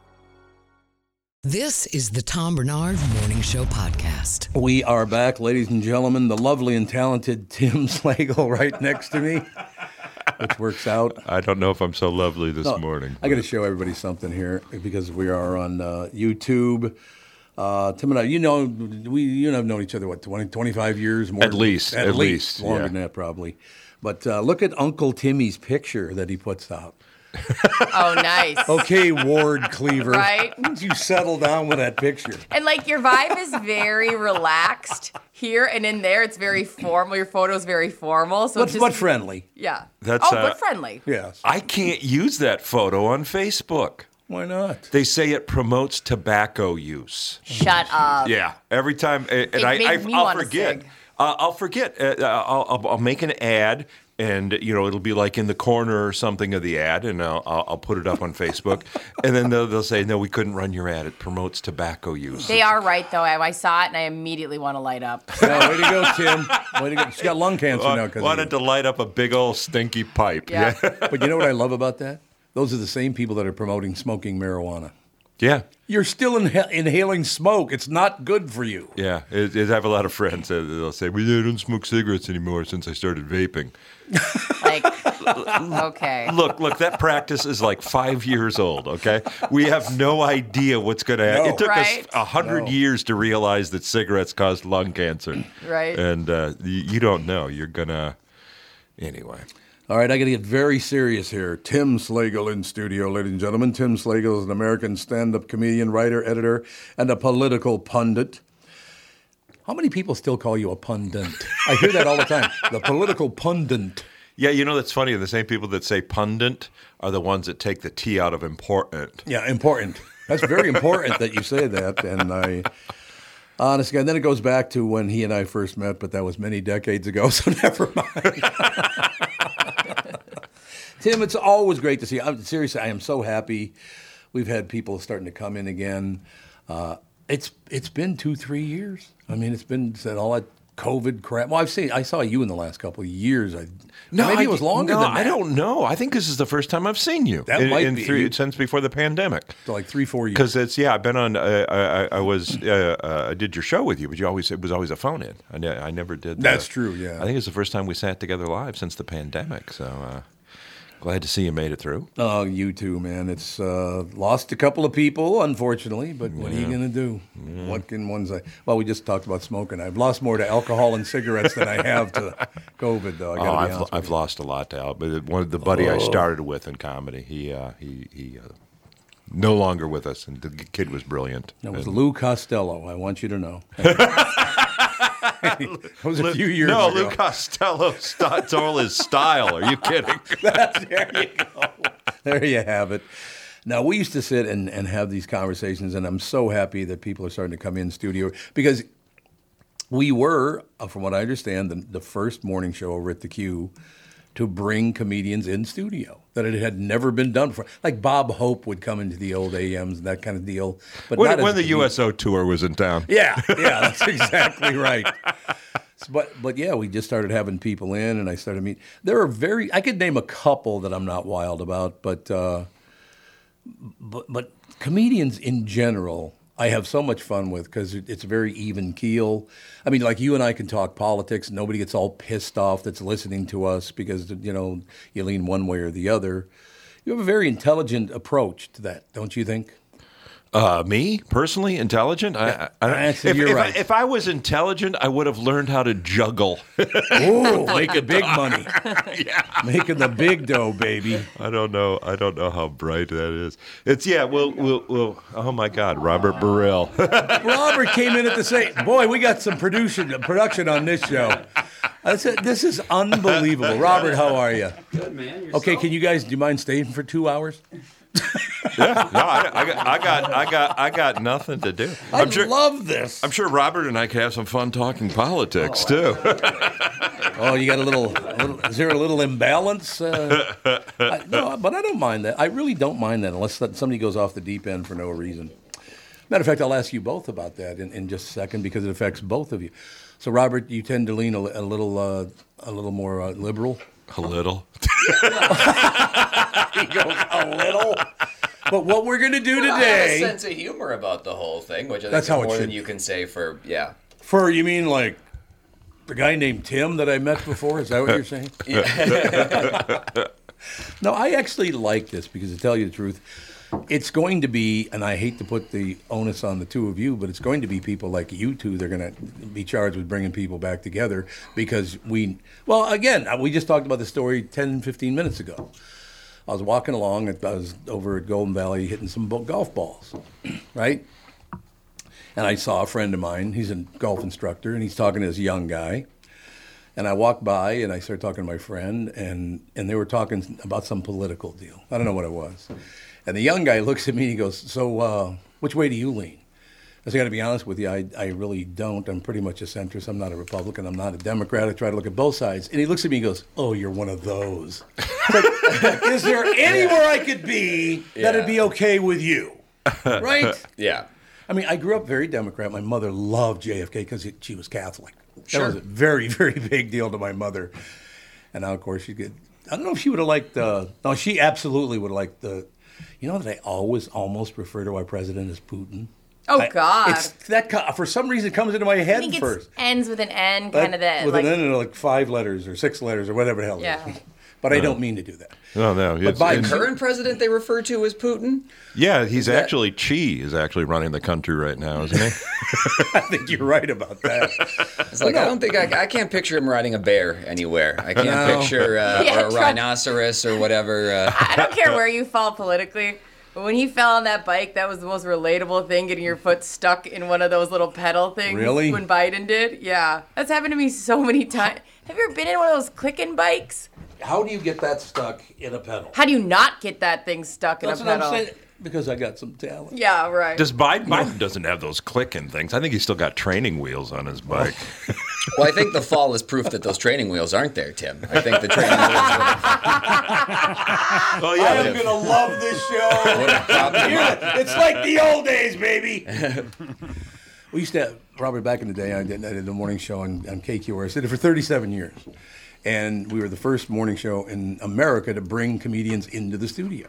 Speaker 1: This is the Tom Bernard Morning Show podcast.
Speaker 2: We are back, ladies and gentlemen. The lovely and talented Tim Slagle right next to me, which works out.
Speaker 11: I don't know if I'm so lovely this
Speaker 2: No,
Speaker 11: morning.
Speaker 2: I got to show everybody something here because we are on uh, YouTube. Uh, Tim and I, you know, we you and I have known each other what 20, 25 years more
Speaker 11: At
Speaker 2: than-
Speaker 11: least,
Speaker 2: at,
Speaker 11: at
Speaker 2: least,
Speaker 11: least,
Speaker 2: longer
Speaker 11: yeah.
Speaker 2: than that probably. But uh, look at Uncle Timmy's picture that he puts out.
Speaker 4: Oh, nice.
Speaker 2: Okay, Ward Cleaver,
Speaker 4: Right?
Speaker 2: You settle down with that picture.
Speaker 4: And like your vibe is very relaxed here and in there. It's very formal. Your photo's very formal. So
Speaker 2: But-
Speaker 4: it's just,
Speaker 2: but friendly.
Speaker 4: Yeah.
Speaker 11: That's,
Speaker 4: oh,
Speaker 11: uh,
Speaker 4: but friendly.
Speaker 2: Yes.
Speaker 11: I can't use that photo on Facebook.
Speaker 2: Why not?
Speaker 11: They say it promotes tobacco use.
Speaker 4: Shut up.
Speaker 11: Yeah, every time, a- and
Speaker 4: It
Speaker 11: I,
Speaker 4: made
Speaker 11: I
Speaker 4: me
Speaker 11: I'll
Speaker 4: want a
Speaker 11: forget.
Speaker 4: cig.
Speaker 11: Uh, I'll forget. Uh, I'll, I'll, I'll make an ad, and you know it'll be like in the corner or something of the ad, and I'll, I'll, I'll put it up on Facebook, and then they'll, they'll say, "No, we couldn't run your ad. It promotes tobacco use."
Speaker 4: They are right though. I, I saw it and I immediately want to light up.
Speaker 2: Yeah, way to go, Tim. Way to go. She's got lung cancer now.
Speaker 11: Wa-
Speaker 2: Cause of you.
Speaker 11: wanted to light up a big old stinky pipe.
Speaker 4: Yeah.
Speaker 2: but you know what I love about that? Those are the same people that are promoting smoking marijuana.
Speaker 11: yeah,
Speaker 2: You're still inha- inhaling smoke. It's not good for you.
Speaker 11: yeah. It, it- I have a lot of friends that they'll say, "We don't smoke cigarettes anymore since I started vaping."
Speaker 4: Like, okay.
Speaker 11: Look, look, that practice is like five years old, okay? We have no idea what's going to happen.
Speaker 4: No.
Speaker 11: It took
Speaker 4: Right.
Speaker 11: us a hundred
Speaker 4: No.
Speaker 11: years to realize that cigarettes cause lung cancer.
Speaker 4: Right.
Speaker 11: And uh, y- you don't know. You're going to. Anyway.
Speaker 2: All right, I got to get very serious here. Tim Slagle in studio, ladies and gentlemen. Tim Slagle is an American stand up comedian, writer, editor, and a political pundit. How many people still call you a pundit? I hear that all the time. The political pundit.
Speaker 11: Yeah, you know, that's funny. The same people that say pundit are the ones that take the T out of important.
Speaker 2: Yeah, important. That's very important that you say that. And I, honestly, and then it goes back to when he and I first met, but that was many decades ago, so never mind. Tim, it's always great to see you. I'm, seriously, I am so happy. We've had people starting to come in again. Uh, it's it's been two three years. I mean, it's been said all that COVID crap. Well, I've seen I saw you in the last couple of years. I maybe
Speaker 11: I-
Speaker 2: it was longer
Speaker 11: no,
Speaker 2: than that.
Speaker 11: I don't know. I think this is the first time I've seen you.
Speaker 2: That
Speaker 11: in,
Speaker 2: might
Speaker 11: in
Speaker 2: be.
Speaker 11: three, since before the pandemic.
Speaker 2: So like three four years.
Speaker 11: Because it's yeah, I've been on. Uh, I, I- I was uh, uh, I did your show with you, but you always it was always a phone in. I, ne- I never did. the-
Speaker 2: That's true, yeah.
Speaker 11: I think it's the first time we sat together live since the pandemic. So uh, glad to see you made it through.
Speaker 2: Oh, you too, man. It's uh, lost a couple of people, unfortunately. But what are you
Speaker 11: Yeah.
Speaker 2: gonna do? What can one say? Well, we just talked about smoking. I've lost more to alcohol and cigarettes than I have to COVID, though.
Speaker 11: oh,
Speaker 2: I gotta be
Speaker 11: I've,
Speaker 2: honest.
Speaker 11: I've lost a lot to Al, but it- one of the buddy I started with in comedy, he uh, he he uh, no longer with us, and the g- kid was brilliant.
Speaker 2: That was
Speaker 11: And-
Speaker 2: Lou Costello. I want you to know. that was a
Speaker 11: Lou-
Speaker 2: few years
Speaker 11: no,
Speaker 2: ago.
Speaker 11: Lou Costello st- stole his style. Are you kidding?
Speaker 2: there you have it. Now we used to sit and, and have these conversations, and I'm so happy that people are starting to come in studio because we were, uh, from what I understand, the, the first morning show over at the Q to bring comedians in studio that it had never been done before. Like Bob Hope would come into the old AMs and that kind of deal, but not
Speaker 11: when
Speaker 2: as
Speaker 11: when
Speaker 2: a
Speaker 11: the
Speaker 2: comedian.
Speaker 11: USO tour was in town.
Speaker 2: Yeah, yeah, that's exactly right. So, But but yeah, we just started having people in, and I started meet. There are very I could name a couple that I'm not wild about, but uh, but but comedians in general, I have so much fun with because it's very even keel. I mean, like you and I can talk politics. Nobody gets all pissed off that's listening to us because you know you lean one way or the other. You have a very intelligent approach to that, don't you think?
Speaker 11: Uh, me personally, intelligent. I, I, I,
Speaker 2: That's-
Speaker 11: if,
Speaker 2: you're
Speaker 11: if
Speaker 2: right.
Speaker 11: I, if I was intelligent, I would have learned how to juggle.
Speaker 2: Ooh, make a big money. Making the big dough, baby.
Speaker 11: I don't know. I don't know how bright that is. It's yeah. We'll we'll, we'll oh my God, Robert Burrell.
Speaker 2: Robert came in at the same. Boy, we got some production production on this show. I said, this is unbelievable. Robert, how are you?
Speaker 10: Good, man.
Speaker 2: Okay, can you guys do you mind staying for two hours?
Speaker 11: yeah, no, I, I, got, I got, I got, I got nothing to do.
Speaker 2: I love this.
Speaker 11: I'm sure Robert and I could have some fun talking politics too.
Speaker 2: oh, you got a little, a little. Is there a little imbalance? Uh, I, no, but I don't mind that. I really don't mind that unless that somebody goes off the deep end for no reason. Matter of fact, I'll ask you both about that in, in just a second because it affects both of you. So, Robert, you tend to lean a, li- a little, uh, a little more uh, liberal.
Speaker 11: A little.
Speaker 2: he goes a little. But what we're gonna do
Speaker 12: Well, I have a
Speaker 2: today?
Speaker 12: sense of humor about the whole thing, which I think
Speaker 2: That's
Speaker 12: is
Speaker 2: how it
Speaker 12: more than
Speaker 2: should-
Speaker 12: you can say for yeah.
Speaker 2: For you mean like the guy named Tim that I met before? Is that what you're saying?
Speaker 12: Yeah.
Speaker 2: no, I actually like this because to tell you the truth, it's going to be, and I hate to put the onus on the two of you, but it's going to be people like you two. They're going to be charged with bringing people back together because we, well, again, we just talked about the story 10, 15 minutes ago. I was walking along, I was over at Golden Valley hitting some bo- golf balls, right? And I saw a friend of mine, he's a golf instructor, and he's talking to this young guy. And I walked by and I started talking to my friend, and, and they were talking about some political deal. I don't know what it was. And the young guy looks at me and he goes, So, uh, which way do you lean? I said, I got to be honest with you, I, I really don't. I'm pretty much a centrist. I'm not a Republican. I'm not a Democrat. I try to look at both sides. And he looks at me and goes, Oh, you're one of those. Is there anywhere I could be that'd be okay with you? Right?
Speaker 12: Yeah.
Speaker 2: I mean, I grew up very Democrat. My mother loved JFK because she was Catholic. That
Speaker 12: Sure.
Speaker 2: was a very, very big deal to my mother. And now, of course, she get. I don't know if she would have liked the. No, she absolutely would have liked the. You know that I always almost refer to our president as Putin.
Speaker 4: Oh,
Speaker 2: I-
Speaker 4: God.
Speaker 2: It's that co- for some reason it comes into my
Speaker 4: I
Speaker 2: head
Speaker 4: think it
Speaker 2: first.
Speaker 4: ends with an N,
Speaker 2: That-
Speaker 4: kind of that.
Speaker 2: with
Speaker 4: Like,
Speaker 2: an N of like five letters or six letters or whatever the hell. It
Speaker 4: yeah.
Speaker 2: is. But I
Speaker 11: Yeah.
Speaker 2: don't mean to do that.
Speaker 11: No, no.
Speaker 2: But by
Speaker 11: it's-
Speaker 12: Current president they refer to as Putin.
Speaker 11: yeah, he's actually Chi is actually running the country right now, isn't he?
Speaker 2: I think you're right about that.
Speaker 12: It's like I don't think I, I can't picture him riding a bear anywhere. I can't
Speaker 11: No.
Speaker 12: picture uh,
Speaker 4: Yeah,
Speaker 12: or a
Speaker 4: Trump-
Speaker 12: rhinoceros or whatever. Uh,
Speaker 4: I don't care where you fall politically. But when he fell on that bike, that was the most relatable thing, getting your foot stuck in one of those little pedal things.
Speaker 2: Really?
Speaker 4: When Biden did. Yeah. That's happened to me so many times. Have you ever been in one of those clicking bikes?
Speaker 2: How do you get that stuck in a pedal?
Speaker 4: How do you not get that thing stuck in
Speaker 2: That's
Speaker 4: a
Speaker 2: what I'm
Speaker 4: pedal?
Speaker 2: saying. Because I got some talent.
Speaker 4: Yeah, right.
Speaker 11: Does Biden? Biden doesn't have those clicking things. I think he's still got training wheels on his bike.
Speaker 2: Oh.
Speaker 12: well, I think the fall is proof that those training wheels aren't there, Tim. I think the training wheels
Speaker 11: Oh,
Speaker 2: I am gonna love this show. Here- it's like the old days, baby. we used to, have, Robert, back in the day, I did, I did a morning show on, on KQRS. Did it for 37 years, and we were the first morning show in America to bring comedians into the studio.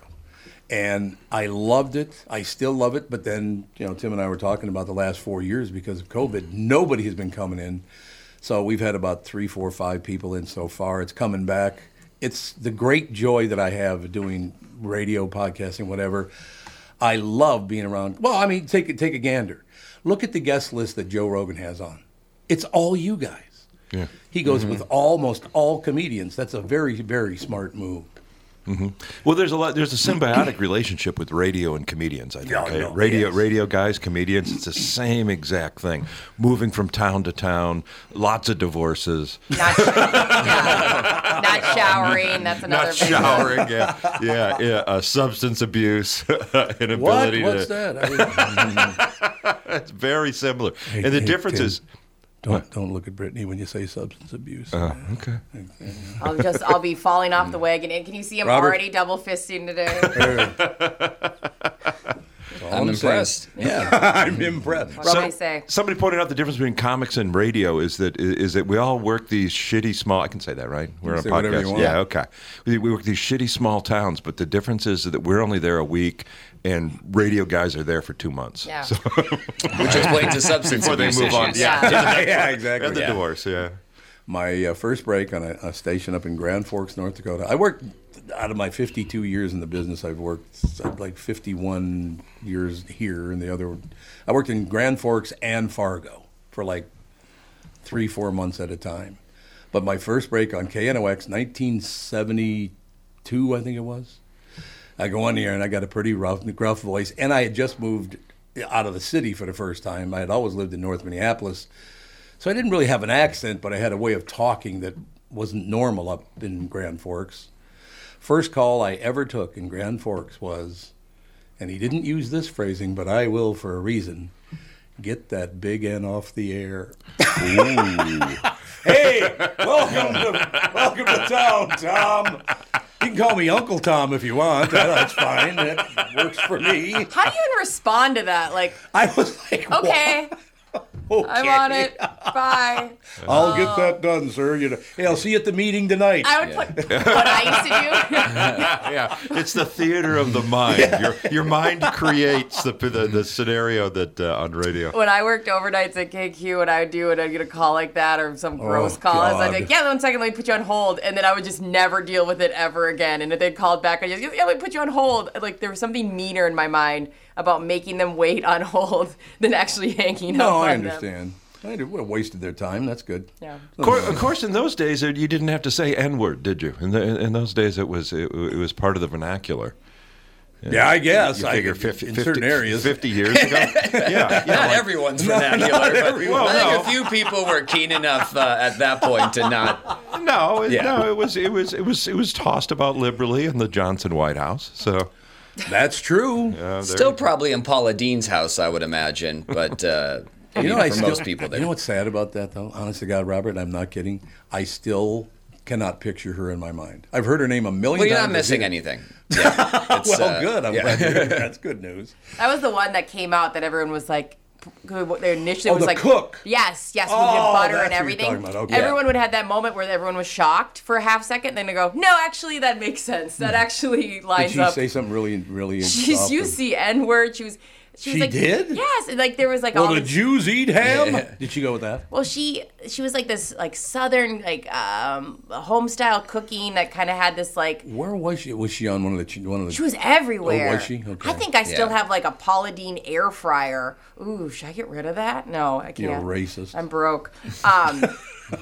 Speaker 2: And I loved it. I still love it. But then, you know, Tim and I were talking about the last four years because of COVID. Nobody has been coming in. So we've had about three, four, five people in so far. It's coming back. It's the great joy that I have doing radio, podcasting, whatever. I love being around. Well, I mean, take a- take a gander. Look at the guest list that Joe Rogan has on. It's all you guys.
Speaker 11: Yeah.
Speaker 2: He goes
Speaker 11: Mhm.
Speaker 2: with almost all comedians. That's a very very smart move.
Speaker 11: hmm Well, there's a lot. There's a symbiotic relationship with radio and comedians. I think
Speaker 2: Yeah, I
Speaker 11: right?
Speaker 2: know.
Speaker 11: radio, radio guys, comedians. It's the same exact thing. Moving from town to town, lots of divorces.
Speaker 4: Not showering. That's another
Speaker 11: Not
Speaker 4: big one.
Speaker 11: showering. Yeah, yeah, yeah. Uh, substance abuse,
Speaker 2: What?
Speaker 11: inability
Speaker 2: What's
Speaker 11: to.
Speaker 2: that? I was-
Speaker 11: It's very similar, and the
Speaker 2: Hey,
Speaker 11: difference
Speaker 2: Tim,
Speaker 11: is.
Speaker 2: don't don't look at Brittany when you say substance abuse.
Speaker 11: Oh, okay.
Speaker 4: I'll just I'll be falling off the wagon. And can you see I'm
Speaker 2: Mm. Robert?
Speaker 4: already double fisting today?
Speaker 12: I'm impressed.
Speaker 2: Yeah, I'm impressed.
Speaker 4: What did I say?
Speaker 11: Somebody pointed out the difference between comics and radio is that is that we all work these shitty small. I can say that, right? We're on a
Speaker 2: Say whatever you
Speaker 11: podcast.
Speaker 2: want.
Speaker 11: Yeah, okay. We, we work these shitty small towns, but the difference is that we're only there a week, and radio guys are there for two months.
Speaker 4: Yeah.
Speaker 12: Which explains the substance
Speaker 11: before
Speaker 12: abuse
Speaker 11: they move on.
Speaker 12: issues.
Speaker 11: Yeah,
Speaker 12: Yeah.
Speaker 2: Yeah, exactly.
Speaker 11: And the
Speaker 2: Yeah.
Speaker 11: divorce. Yeah.
Speaker 2: My uh, first break on a, a station up in Grand Forks, North Dakota. I worked out of my 52 years in the business, I've worked I'd like 51 years here, and the other, I worked in Grand Forks and Fargo for like three, four months at a time. But my first break on KNOX, 1972, I think it was. I go on here and I got a pretty rough, gruff voice, and I had just moved out of the city for the first time. I had always lived in North Minneapolis, so I didn't really have an accent, but I had a way of talking that wasn't normal up in Grand Forks. First call I ever took in Grand Forks was, and he didn't use this phrasing, but I will for a reason. Get that big N off the air. hey, welcome to welcome to town, Oh, Tom. You can call me Uncle Tom if you want. That- That's fine. That works for me.
Speaker 4: How do you even respond to that? Like,
Speaker 2: I was like,
Speaker 4: okay, I'm on it. Bye.
Speaker 2: I'll get that done, sir. You know, hey, I'll see you at the meeting tonight.
Speaker 4: Oh. I would put what I used to do.
Speaker 11: yeah, it's the theater of the mind. Your your mind creates the the, the scenario that uh, on radio.
Speaker 4: When I worked overnights at KQ, what I would do when I'd get a call like that or some
Speaker 11: Oh,
Speaker 4: gross call, is I'd
Speaker 11: God.
Speaker 4: be like, yeah, one second, let me put you on hold. And then I would just never deal with it ever again. And if they called back, I'd just, yeah, let me put you on hold. Like, there was something meaner in my mind about making them wait on hold than actually hanging up
Speaker 2: No,
Speaker 4: on
Speaker 2: I
Speaker 4: them.
Speaker 2: understand. I would have wasted their time. That's good.
Speaker 4: Yeah.
Speaker 11: Of
Speaker 2: Oh,
Speaker 11: cour- of course, in those days, uh, you didn't have to say N word, did you? In, the, in those days, it was it, it was part of the vernacular.
Speaker 2: Yeah, I guess.
Speaker 11: You
Speaker 2: I
Speaker 11: figure
Speaker 2: could-
Speaker 11: 50,
Speaker 2: in certain
Speaker 11: 50
Speaker 2: areas.
Speaker 11: 50 years ago. yeah.
Speaker 12: not
Speaker 11: like-
Speaker 12: everyone's
Speaker 11: No,
Speaker 12: vernacular,
Speaker 11: not
Speaker 12: but
Speaker 11: everyone.
Speaker 12: I think
Speaker 11: Well,
Speaker 12: a few people were keen enough uh, at that point to not.
Speaker 11: No, Oh, it,
Speaker 12: Yeah.
Speaker 11: no, it was it was it was it was tossed about liberally in the Johnson White House. So
Speaker 2: that's true.
Speaker 12: Still probably in Paula Dean's house, I would imagine, but uh, you know,
Speaker 2: I
Speaker 12: for
Speaker 2: still-
Speaker 12: most people there.
Speaker 2: You know what's sad about that, though? Honest to God, Robert, and I'm not kidding. I still cannot picture her in my mind. I've heard her name a
Speaker 12: well,
Speaker 2: million times.
Speaker 12: you're not
Speaker 2: I
Speaker 12: missing
Speaker 2: did.
Speaker 12: anything.
Speaker 2: well,
Speaker 12: uh,
Speaker 2: good. I'm
Speaker 12: yeah.
Speaker 2: glad to hear that. That's good news.
Speaker 4: That was the one that came out that everyone was like, they initially
Speaker 2: Oh,
Speaker 4: was
Speaker 2: the
Speaker 4: like
Speaker 2: cook.
Speaker 4: Yes, yes, we
Speaker 2: Oh,
Speaker 4: did butter
Speaker 2: that's what
Speaker 4: and
Speaker 2: you're
Speaker 4: everything.
Speaker 2: talking about. Okay.
Speaker 4: Everyone would have that moment where everyone was shocked for a half second, then they go, "No, actually, that makes sense. That actually
Speaker 2: Hmm. Did
Speaker 4: lines
Speaker 2: she
Speaker 4: up."
Speaker 2: say something really, really?
Speaker 4: She's
Speaker 2: awful?
Speaker 4: used the N word. She was. She, was
Speaker 2: She
Speaker 4: like,
Speaker 2: did?
Speaker 4: Yes, and like there was like all
Speaker 2: Will the
Speaker 4: this-
Speaker 2: Jews eat ham?
Speaker 12: Yeah.
Speaker 2: Did she go with that?
Speaker 4: well, she she was like this like southern like um home style cooking that kind of had this like
Speaker 2: Where was she? Was she on one of the? ch- One of the.
Speaker 4: She was everywhere.
Speaker 2: Oh, was she? Okay.
Speaker 4: I think I still have like a Paula Deen air fryer. Ooh, should I get rid of that? No, I can't.
Speaker 2: You're racist.
Speaker 4: I'm broke. Um,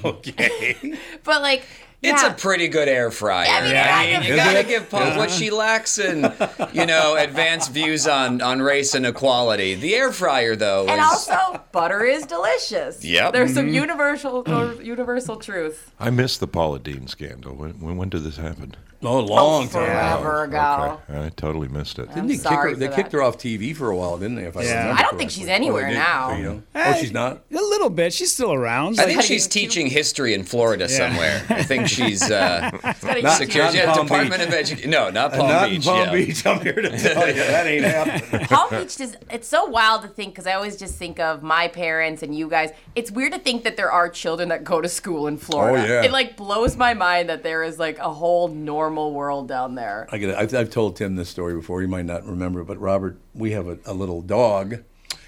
Speaker 2: okay.
Speaker 4: but like,
Speaker 12: It's
Speaker 4: yeah.
Speaker 12: a pretty good air fryer.
Speaker 4: I mean, I
Speaker 12: I mean, you
Speaker 4: Is
Speaker 12: gotta
Speaker 4: it?
Speaker 12: give Paul what she lacks in, you know, advanced views on, on race and equality. The air fryer, though,
Speaker 4: and
Speaker 12: is
Speaker 4: also butter is delicious.
Speaker 12: Yep.
Speaker 4: There's some
Speaker 11: Mhm.
Speaker 4: universal universal truth.
Speaker 11: I missed the Paula Dean scandal. When when, when did this happen?
Speaker 2: Oh, a long time.
Speaker 4: Forever ago.
Speaker 11: I totally missed it.
Speaker 4: I'm
Speaker 2: Didn't they kick
Speaker 4: sorry
Speaker 2: her? They
Speaker 4: for
Speaker 2: kicked her off TV for a while, didn't they? If I
Speaker 4: Yeah.
Speaker 2: remember
Speaker 4: I don't think she's
Speaker 2: correctly.
Speaker 4: anywhere
Speaker 2: Oh, they did.
Speaker 4: now.
Speaker 2: You know?
Speaker 5: Eh,
Speaker 2: Oh, she's not.
Speaker 5: A little bit. She's still around.
Speaker 12: I think she's teaching history in Florida
Speaker 5: Yeah.
Speaker 12: somewhere. I think she's uh,
Speaker 5: gotta Not-
Speaker 12: secure-
Speaker 5: not in
Speaker 12: yeah,
Speaker 5: Palm
Speaker 12: Department
Speaker 5: Beach.
Speaker 12: of Education. No, not
Speaker 2: Uh,
Speaker 12: Palm
Speaker 2: not in
Speaker 12: Beach.
Speaker 2: Palm
Speaker 12: yeah.
Speaker 2: Beach. I'm here to tell you that ain't happening.
Speaker 4: Palm Beach does. It's so wild to think because I always just think of my parents and you guys. It's weird to think that there are children that go to school in Florida.
Speaker 2: yeah.
Speaker 4: It like blows my mind that there is like a whole normal world down there.
Speaker 2: I get it. I've, I've told Tim this story before. You might not remember, it, but Robert, we have a, a little dog.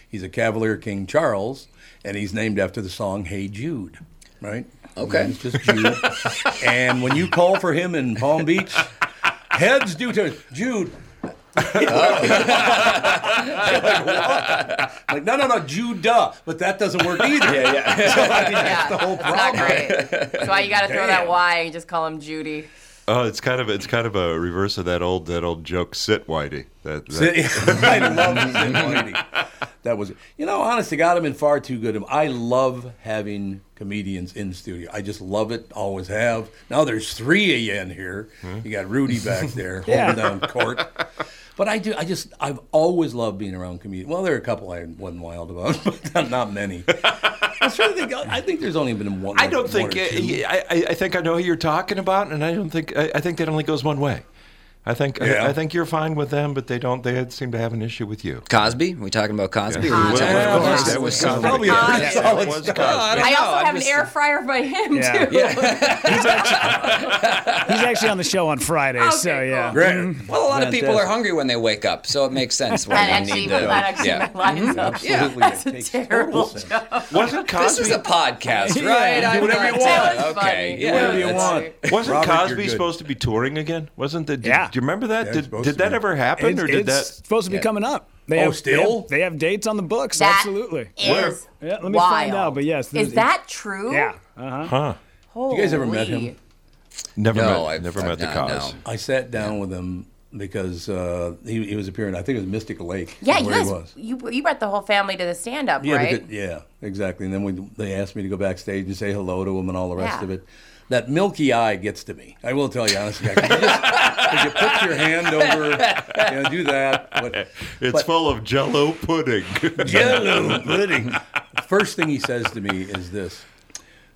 Speaker 2: He's a Cavalier King Charles, and he's named after the song "Hey Jude." Right?
Speaker 12: Okay.
Speaker 2: His name's just Jude. and when you call for him in Palm Beach, heads do turn. Jude.
Speaker 12: Oh.
Speaker 2: like, no, no, no, Judah. But that doesn't work either.
Speaker 12: Yeah, yeah.
Speaker 2: So, I mean, that's the whole problem.
Speaker 4: Not great. That's why you got to throw that
Speaker 2: Damn.
Speaker 4: Y and just call him Judy.
Speaker 11: Oh, it's kind of it's kind of a reverse of that old that old joke. Sit, Whitey. That, that-
Speaker 2: Sit- I love Sid Whitey. That was, you know, honest to God, I'm in far too good. of- I love having comedians in studio. I just love it. Always have. Now there's three of you in here.
Speaker 11: Hmm?
Speaker 2: You got Rudy back there
Speaker 3: Yeah.
Speaker 2: holding down court. But I do. I just. I've always loved being around comedians. Well, there are a couple I wasn't wild about, but not, not many. I sure think. I think there's only been one.
Speaker 11: I don't
Speaker 2: one
Speaker 11: think
Speaker 2: or two.
Speaker 11: I, I, I think I know who you're talking about, and I don't think I, I think that only goes one way. I think
Speaker 12: Yeah.
Speaker 11: I, I think you're fine with them, but they don't. They seem to have an issue with you.
Speaker 12: Cosby? We talking about Cosby?
Speaker 11: Yeah.
Speaker 12: or we
Speaker 11: Well,
Speaker 12: talking
Speaker 11: of
Speaker 12: about
Speaker 11: course,
Speaker 12: Cosby?
Speaker 11: that was
Speaker 12: Cosby.
Speaker 11: Cosby.
Speaker 12: Yeah,
Speaker 11: Yes,
Speaker 12: that
Speaker 11: that
Speaker 12: was
Speaker 11: was
Speaker 12: Cosby.
Speaker 11: Cosby.
Speaker 4: I
Speaker 12: know,
Speaker 4: also
Speaker 12: I'm
Speaker 4: have
Speaker 12: just-
Speaker 4: an air fryer by him
Speaker 5: Yeah.
Speaker 4: too.
Speaker 5: He's actually on the show on Friday, so yeah. Mhm.
Speaker 12: Well, a lot of people are
Speaker 5: Fantastic.
Speaker 12: hungry when they wake up, so it makes sense. When
Speaker 4: That
Speaker 12: you
Speaker 4: actually-
Speaker 12: need
Speaker 4: that
Speaker 12: to,
Speaker 4: actually
Speaker 12: yeah.
Speaker 4: lines
Speaker 12: Mhm.
Speaker 4: up.
Speaker 12: Yeah.
Speaker 4: Absolutely, That's a terrible joke.
Speaker 11: Wasn't
Speaker 12: This is a podcast, right?
Speaker 11: Yeah,
Speaker 12: I'm
Speaker 11: do whatever
Speaker 12: not-
Speaker 11: you want.
Speaker 12: Okay, yeah,
Speaker 11: whatever you
Speaker 12: that's-
Speaker 11: want. Wasn't
Speaker 12: Robert, you're
Speaker 11: Cosby
Speaker 12: good.
Speaker 11: supposed to be touring again? Wasn't that? Did, yeah. Do you remember that?
Speaker 5: Yeah, it's
Speaker 11: did
Speaker 5: supposed
Speaker 11: did
Speaker 5: to
Speaker 11: that
Speaker 5: be.
Speaker 11: ever happen,
Speaker 5: It's-
Speaker 11: or did
Speaker 5: it's
Speaker 11: that
Speaker 5: supposed to be coming up. They
Speaker 11: Oh,
Speaker 5: have, they have- They
Speaker 11: still?
Speaker 5: have, dates on the books.
Speaker 4: That
Speaker 5: absolutely.
Speaker 4: is Where?
Speaker 5: Yeah, let me find
Speaker 4: wild.
Speaker 5: out. But yes,
Speaker 4: Is that true?
Speaker 5: Yeah. Uh-huh.
Speaker 11: Huh.
Speaker 4: Holy.
Speaker 11: Never
Speaker 2: No,
Speaker 11: met.
Speaker 2: I've-
Speaker 11: never
Speaker 2: I've
Speaker 11: met the
Speaker 2: not,
Speaker 11: cause.
Speaker 2: no. I sat down with him because uh, he, he was appearing. I think it was Mystical Lake.
Speaker 4: Yeah,
Speaker 2: is
Speaker 4: you
Speaker 2: where he
Speaker 4: guys,
Speaker 2: was.
Speaker 4: you you brought the whole family to the stand up,
Speaker 2: Yeah,
Speaker 4: right?
Speaker 2: because- yeah, exactly. And then we, they asked me to go backstage and say hello to him and all the rest
Speaker 4: Yeah.
Speaker 2: of it. That milky eye gets to me. I will tell you honestly. I- Could you, just, could you put your hand over and do that? But,
Speaker 11: It's full of Jello pudding.
Speaker 2: Jello pudding. First thing he says to me is this: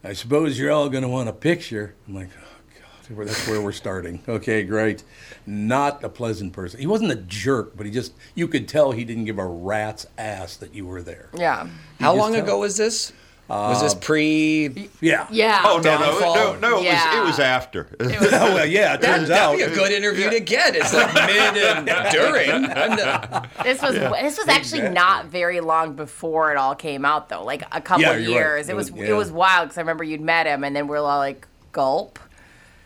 Speaker 2: "I suppose you're all going to want a picture." I'm like, "Oh God, that's where we're starting." Okay, great. Not a pleasant person. He wasn't a jerk, but he just—you could tell he didn't give a rat's ass that you were there.
Speaker 4: Yeah.
Speaker 12: How long ago was this? was this pre?
Speaker 2: Um, Yeah.
Speaker 4: Yeah.
Speaker 11: Oh no,
Speaker 12: Downfall.
Speaker 11: no, no, no! It
Speaker 4: Yeah.
Speaker 11: was it was after.
Speaker 2: Oh, well, yeah, it
Speaker 12: That,
Speaker 2: turns
Speaker 12: that'd
Speaker 2: out.
Speaker 12: be a good interview to get. It's like mid and during. I'm not-
Speaker 4: This was this was actually not very long before it all came out, though. Like a couple
Speaker 11: Yeah,
Speaker 4: of
Speaker 11: you're right.
Speaker 4: years. It
Speaker 11: It
Speaker 4: was
Speaker 11: was-
Speaker 4: it
Speaker 11: yeah.
Speaker 4: was wild because I remember you'd met him, and then we're all like, "Gulp."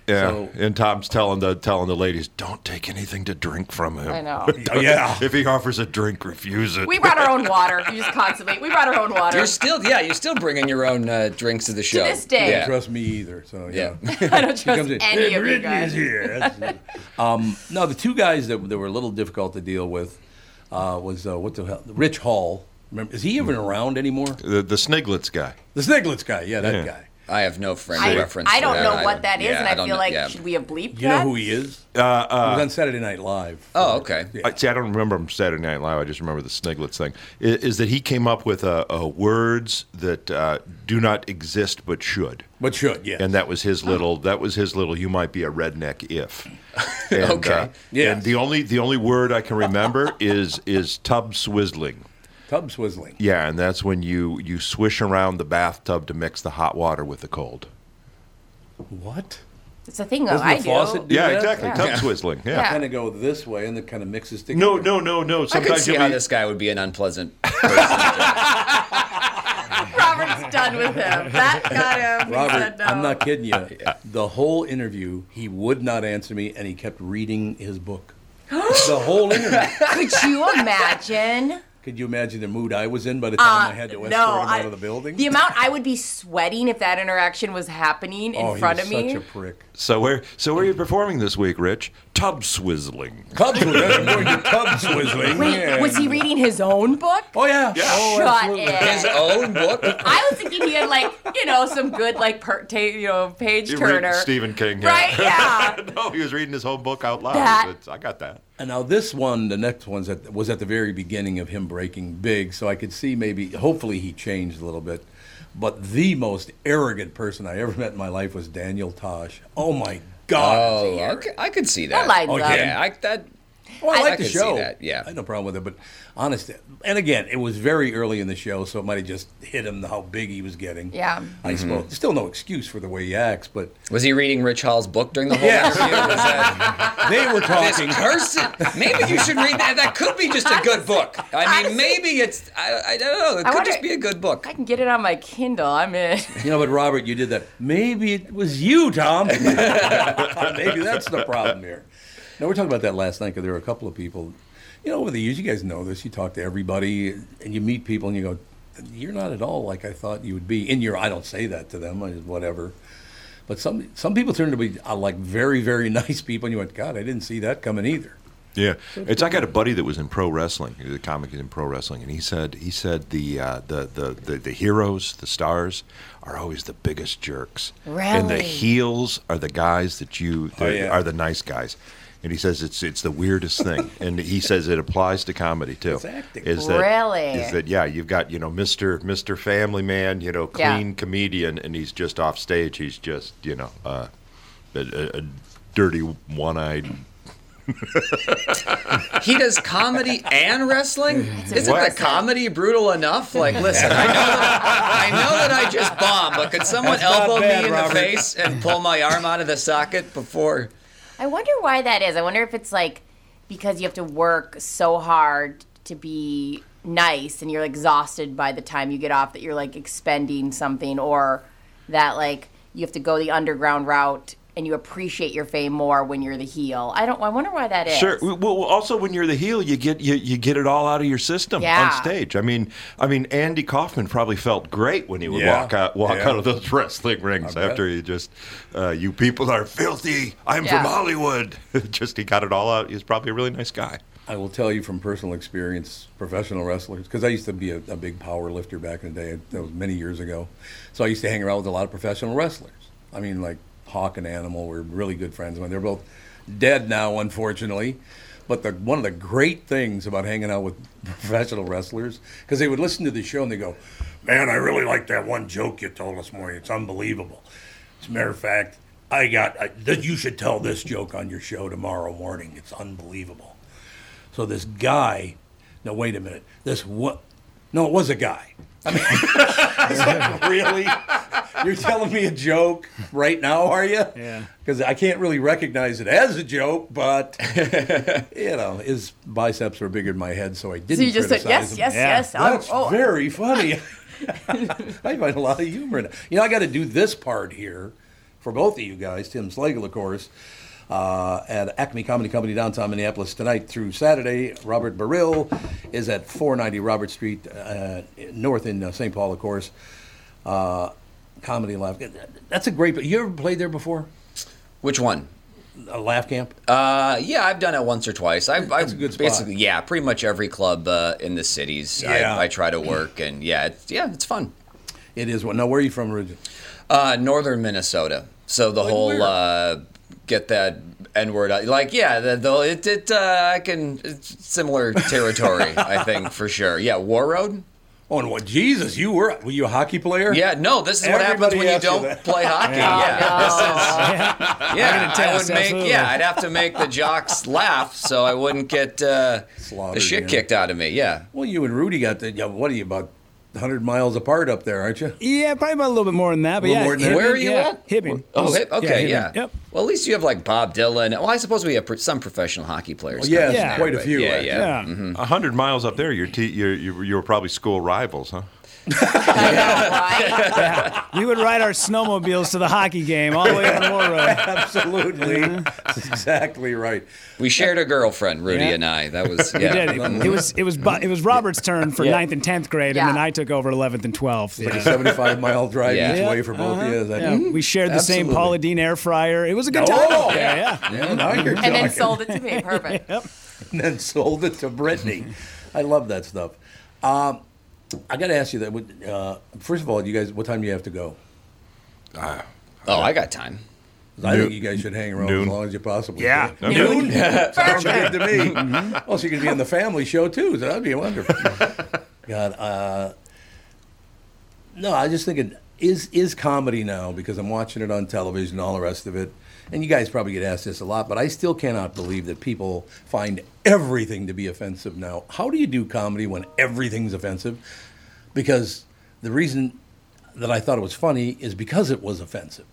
Speaker 11: Yeah, and Tom's telling the telling the ladies, don't take anything to drink from him.
Speaker 4: I know.
Speaker 11: Oh, yeah, if he offers a drink, refuse it.
Speaker 4: We brought our own water. You just constantly. We brought our own water.
Speaker 12: You're still, yeah, you're still bringing your own uh, drinks to the show.
Speaker 4: this day.
Speaker 12: yeah.
Speaker 2: Don't trust me either. So yeah,
Speaker 4: I don't
Speaker 2: He
Speaker 4: trust
Speaker 2: comes in,
Speaker 4: any
Speaker 2: "Hey,
Speaker 4: of you
Speaker 2: Britney
Speaker 4: guys."
Speaker 2: is here. That's- um, no, the two guys that, that were a little difficult to deal with uh, was uh, what the hell, Rich Hall. Remember, is he even
Speaker 12: Mm-hmm.
Speaker 2: around anymore?
Speaker 11: The, the Sniglets guy.
Speaker 2: The Sniglets guy. Yeah, that
Speaker 11: Yeah.
Speaker 2: guy.
Speaker 12: I have no friend
Speaker 4: I,
Speaker 12: reference.
Speaker 4: I
Speaker 12: to
Speaker 4: don't
Speaker 12: that.
Speaker 4: know what that is,
Speaker 12: yeah,
Speaker 4: and
Speaker 12: I
Speaker 4: I,
Speaker 12: don't
Speaker 4: feel
Speaker 12: know-
Speaker 4: like
Speaker 12: yeah.
Speaker 4: should we have bleeped
Speaker 2: You know
Speaker 4: that?
Speaker 2: who he is?
Speaker 11: Uh, uh,
Speaker 2: he was on Saturday Night Live.
Speaker 12: Oh, okay.
Speaker 11: I- see, I don't remember him Saturday Night Live. I just remember the Sniglets thing. I- Is, that he came up with uh, uh, words that uh, do not exist but should.
Speaker 2: But should, yes.
Speaker 11: And that was his little. That was his little. You might be a redneck if. And,
Speaker 2: Okay.
Speaker 11: yeah. And the only the only word I can remember is is tub swizzling.
Speaker 2: Tub swizzling.
Speaker 11: Yeah, and that's when you you swish around the bathtub to mix the hot water with the cold.
Speaker 2: What?
Speaker 4: It's a thing though.
Speaker 2: Doesn't
Speaker 4: I
Speaker 2: the
Speaker 4: do.
Speaker 2: faucet do
Speaker 11: Yeah,
Speaker 2: that?
Speaker 11: exactly. Tub swizzling. Yeah.
Speaker 2: Kind of go this way and then kind of mixes together.
Speaker 11: No, no, Oh, no, no.
Speaker 12: I could
Speaker 11: Sometimes
Speaker 12: see
Speaker 11: you'll
Speaker 12: how
Speaker 11: be-
Speaker 12: this guy would be an unpleasant.
Speaker 4: Robert's done with him. That got him. He
Speaker 2: Robert,
Speaker 4: said no.
Speaker 2: I'm not kidding you. The whole interview, he would not answer me, and he kept reading his book. the whole interview.
Speaker 4: Could you imagine?
Speaker 2: Could you imagine the mood I was in by the time
Speaker 4: Uh,
Speaker 2: I had to
Speaker 4: no,
Speaker 2: escort him
Speaker 4: I-
Speaker 2: out of the building?
Speaker 4: The amount I would be sweating if that interaction was happening in
Speaker 11: Oh, he
Speaker 4: front
Speaker 11: was
Speaker 4: of me.
Speaker 11: such a
Speaker 2: prick.
Speaker 11: So where so where are you performing this week, Rich? Tub swizzling.
Speaker 2: Tub swizzling. going to tub swizzling.
Speaker 4: Wait, was he reading his own book?
Speaker 2: Oh yeah.
Speaker 4: Shut it.
Speaker 12: His own book.
Speaker 4: I was thinking he had like you know some good like per- ta- you know page
Speaker 11: You read
Speaker 4: turner.
Speaker 11: Stephen King.
Speaker 4: Right,
Speaker 11: Yeah. no, he was reading his whole book out loud.
Speaker 4: That-
Speaker 11: It's- I got that.
Speaker 2: And now this one, the next one's at, was at the very beginning of him breaking big, so I could see maybe, hopefully, he changed a little bit. But the most arrogant person I ever met in my life was Daniel Tosh. Oh my God!
Speaker 12: Oh, okay. I could see that.
Speaker 4: That lines
Speaker 2: Oh,
Speaker 4: up.
Speaker 2: yeah,
Speaker 12: I, that,
Speaker 2: Well, I,
Speaker 4: I-
Speaker 2: like
Speaker 4: I
Speaker 2: the
Speaker 4: could see
Speaker 2: show.
Speaker 4: that,
Speaker 2: yeah, I had no problem with it. But honest, and again, it was very early in the show, so it might have just hit him how big he was getting.
Speaker 4: Yeah.
Speaker 2: I
Speaker 12: Mhm.
Speaker 2: suppose. Still no excuse for the way he acts, but
Speaker 12: Was he reading Rich Hall's book during the whole
Speaker 2: Yes.
Speaker 12: interview? Was that-
Speaker 2: They were talking.
Speaker 12: This person. Maybe you should read that. That could be just a good book. I mean, maybe it's. I, I don't know. It
Speaker 4: I
Speaker 12: could
Speaker 4: wonder-
Speaker 12: just be a good book.
Speaker 4: I can get it on my Kindle. I'm in.
Speaker 2: you know, but Robert, you did that. Maybe it was you, Tom. Maybe that's the problem here. No, we are talking about that last night because there were a couple of people. You know, over the years, you guys know this. You talk to everybody, and you meet people, and you go, "You're not at all like I thought you would be." In your, I don't say that to them. I just whatever. But some some people turn to be uh, like very very nice people, and you went, "God, I didn't see that coming either."
Speaker 11: Yeah, it's. I got a buddy that was in pro wrestling. He's a comic in pro wrestling, and he said he said the uh, the, the the the heroes, the stars, are always the biggest jerks, and the
Speaker 13: Really?
Speaker 11: heels are the guys that you the,
Speaker 13: Oh, yeah.
Speaker 11: are the nice guys. And he says it's it's the weirdest thing, and he says it applies to comedy too.
Speaker 4: It's acting.
Speaker 11: Is that,
Speaker 4: Really?
Speaker 11: Is that yeah? You've got you know Mister Mister Family Man, you know
Speaker 4: Yeah.
Speaker 11: clean comedian, and he's just off stage. He's just you know uh, a, a, a dirty one eyed
Speaker 12: He does comedy and wrestling. Isn't the
Speaker 11: impressive.
Speaker 12: comedy brutal enough? Like, listen, I know, that, I know that I just bombed, but could someone
Speaker 3: That's not
Speaker 12: elbow
Speaker 3: bad,
Speaker 12: me in
Speaker 3: Robert.
Speaker 12: the face and pull my arm out of the socket before?
Speaker 4: I wonder why that is. I wonder if it's like because you have to work so hard to be nice and you're exhausted by the time you get off that you're like expending something or that like you have to go the underground route and you appreciate your fame more when you're the heel. I don't I wonder why that is.
Speaker 11: Sure. Well, well, also when you're the heel, you get you, you get it all out of your system
Speaker 4: Yeah.
Speaker 11: on stage. I mean, I mean, Andy Kaufman probably felt great when he would
Speaker 2: Yeah.
Speaker 11: walk out walk
Speaker 2: Yeah.
Speaker 11: out of those wrestling rings
Speaker 2: I bet.
Speaker 11: after he just, uh, you people are filthy. I'm
Speaker 2: Yeah.
Speaker 11: from Hollywood. just he got it all out. He's probably a really nice guy.
Speaker 2: I will tell you from personal experience, professional wrestlers, because I used to be a, a big power lifter back in the day. That was many years ago. So I used to hang around with a lot of professional wrestlers. I mean, like Hawk and Animal were really good friends. of mine. they're both dead now, unfortunately. But the, one of the great things about hanging out with professional wrestlers, because they would listen to the show and they go, Man, I really like that one joke you told us, Maury. It's unbelievable. As a matter of fact, I got, I, th- you should tell this joke on your show tomorrow morning. It's unbelievable. So this guy, no, wait a minute. This what? No, it was a guy. I mean, it's like, really? You're telling me a joke right now, are you? Yeah. Because I can't really recognize it as a joke, but you know, his biceps were bigger than my head, so I didn't.
Speaker 4: you just said,
Speaker 2: criticize
Speaker 4: yes,
Speaker 2: him.
Speaker 4: yes, Yeah. yes, I'm-
Speaker 2: That's
Speaker 4: oh.
Speaker 2: very funny. I find a lot of humor in it. You know, I got to do this part here for both of you guys, Tim Slagle, of course, uh, at Acme Comedy Company downtown Minneapolis tonight through Saturday. Robert Barrill is at 490 Robert Street, uh, north in uh, St. Paul, of course. Uh, comedy Laugh. That's a great. You ever played there before?
Speaker 12: Which one?
Speaker 2: A laugh camp.
Speaker 12: Uh, yeah, I've done it once or twice. I, I
Speaker 2: good spot.
Speaker 12: basically, yeah, pretty much every club uh, in the cities.
Speaker 2: Yeah.
Speaker 12: I, I try to work, and yeah, it's, yeah, it's fun.
Speaker 2: It is. Now, where are you from originally?
Speaker 12: Uh, northern Minnesota. So the whole uh, get that N word out. Like, yeah, the, the, it, it uh, I can it's similar territory, I think for sure. Yeah, War Road.
Speaker 2: Oh, and what? Jesus, you were were you a hockey player?
Speaker 12: Yeah, no. Oh, This is what happens
Speaker 2: Everybody
Speaker 12: when you
Speaker 2: asks you
Speaker 12: don't
Speaker 2: that.
Speaker 12: play hockey. Yeah,
Speaker 2: Yeah.
Speaker 12: This is- yeah. I, would
Speaker 2: test,
Speaker 12: make.
Speaker 2: absolutely.
Speaker 12: Yeah, I'd have to make the jocks laugh so I wouldn't get uh, the shit
Speaker 2: yeah.
Speaker 12: kicked out of me. Yeah.
Speaker 2: Well, you and Rudy got the. yeah, What are you about? 100 miles apart up there, aren't you?
Speaker 5: Yeah, probably about a little bit more than that. But
Speaker 2: A little
Speaker 5: yeah,
Speaker 2: more than that.
Speaker 5: Hibbing,
Speaker 12: Where are you
Speaker 5: yeah,
Speaker 12: at?
Speaker 5: Hibbing.
Speaker 12: Oh, hip- okay,
Speaker 5: Hibbing.
Speaker 12: yeah.
Speaker 5: Yep.
Speaker 12: Well, at least you have like Bob Dylan. Well, I suppose we have pr- some professional hockey players.
Speaker 11: Well, yeah,
Speaker 12: coming
Speaker 11: it's
Speaker 12: there,
Speaker 11: quite a
Speaker 12: but
Speaker 11: few,
Speaker 12: Yeah,
Speaker 11: actually.
Speaker 12: yeah.
Speaker 11: Yeah.
Speaker 12: Mhm.
Speaker 11: A hundred miles up there, you're, te- you're, you're you're probably school rivals, huh?
Speaker 5: We would ride our snowmobiles to the hockey game all the way on the War Road.
Speaker 2: Absolutely. That's exactly right.
Speaker 12: We shared a girlfriend, Rudy and I. That was yeah.
Speaker 5: We did. It, it was it was Bu- it was Robert's turn for
Speaker 12: Yeah.
Speaker 5: ninth and tenth grade, and then I took over eleventh and twelfth.
Speaker 2: It's like a 75 mile drive
Speaker 5: Yeah. uh-huh.
Speaker 2: each way for both of you. Is that-
Speaker 5: Yeah, we shared the
Speaker 2: Absolutely.
Speaker 5: same Paula Dean air fryer. It was a good time.
Speaker 2: Oh,
Speaker 5: out there,
Speaker 2: yeah.
Speaker 5: yeah.
Speaker 2: Yeah, now you're
Speaker 4: and then
Speaker 2: talking.
Speaker 4: sold it to me. Perfect.
Speaker 2: and then sold it to Brittany. I love that stuff. Um, I got to ask you that. would- Uh, first of all, you guys, what time do you have to go?
Speaker 12: oh, I got time.
Speaker 2: I think
Speaker 11: Noon.
Speaker 2: you guys should hang around
Speaker 11: Noon.
Speaker 2: as long as you possibly
Speaker 11: Yeah.
Speaker 2: can.
Speaker 11: Noon. Mm-hmm.
Speaker 2: Noon?
Speaker 11: Perfect.
Speaker 2: Sounds good to me. Oh, so you could be on the family show too. So that'd be wonderful. God, uh, no, I was just thinking, is is comedy now because I'm watching it on television, and all the rest of it, and you guys probably get asked this a lot, but I still cannot believe that people find everything to be offensive now. How do you do comedy when everything's offensive? Because the reason that I thought it was funny is because it was offensive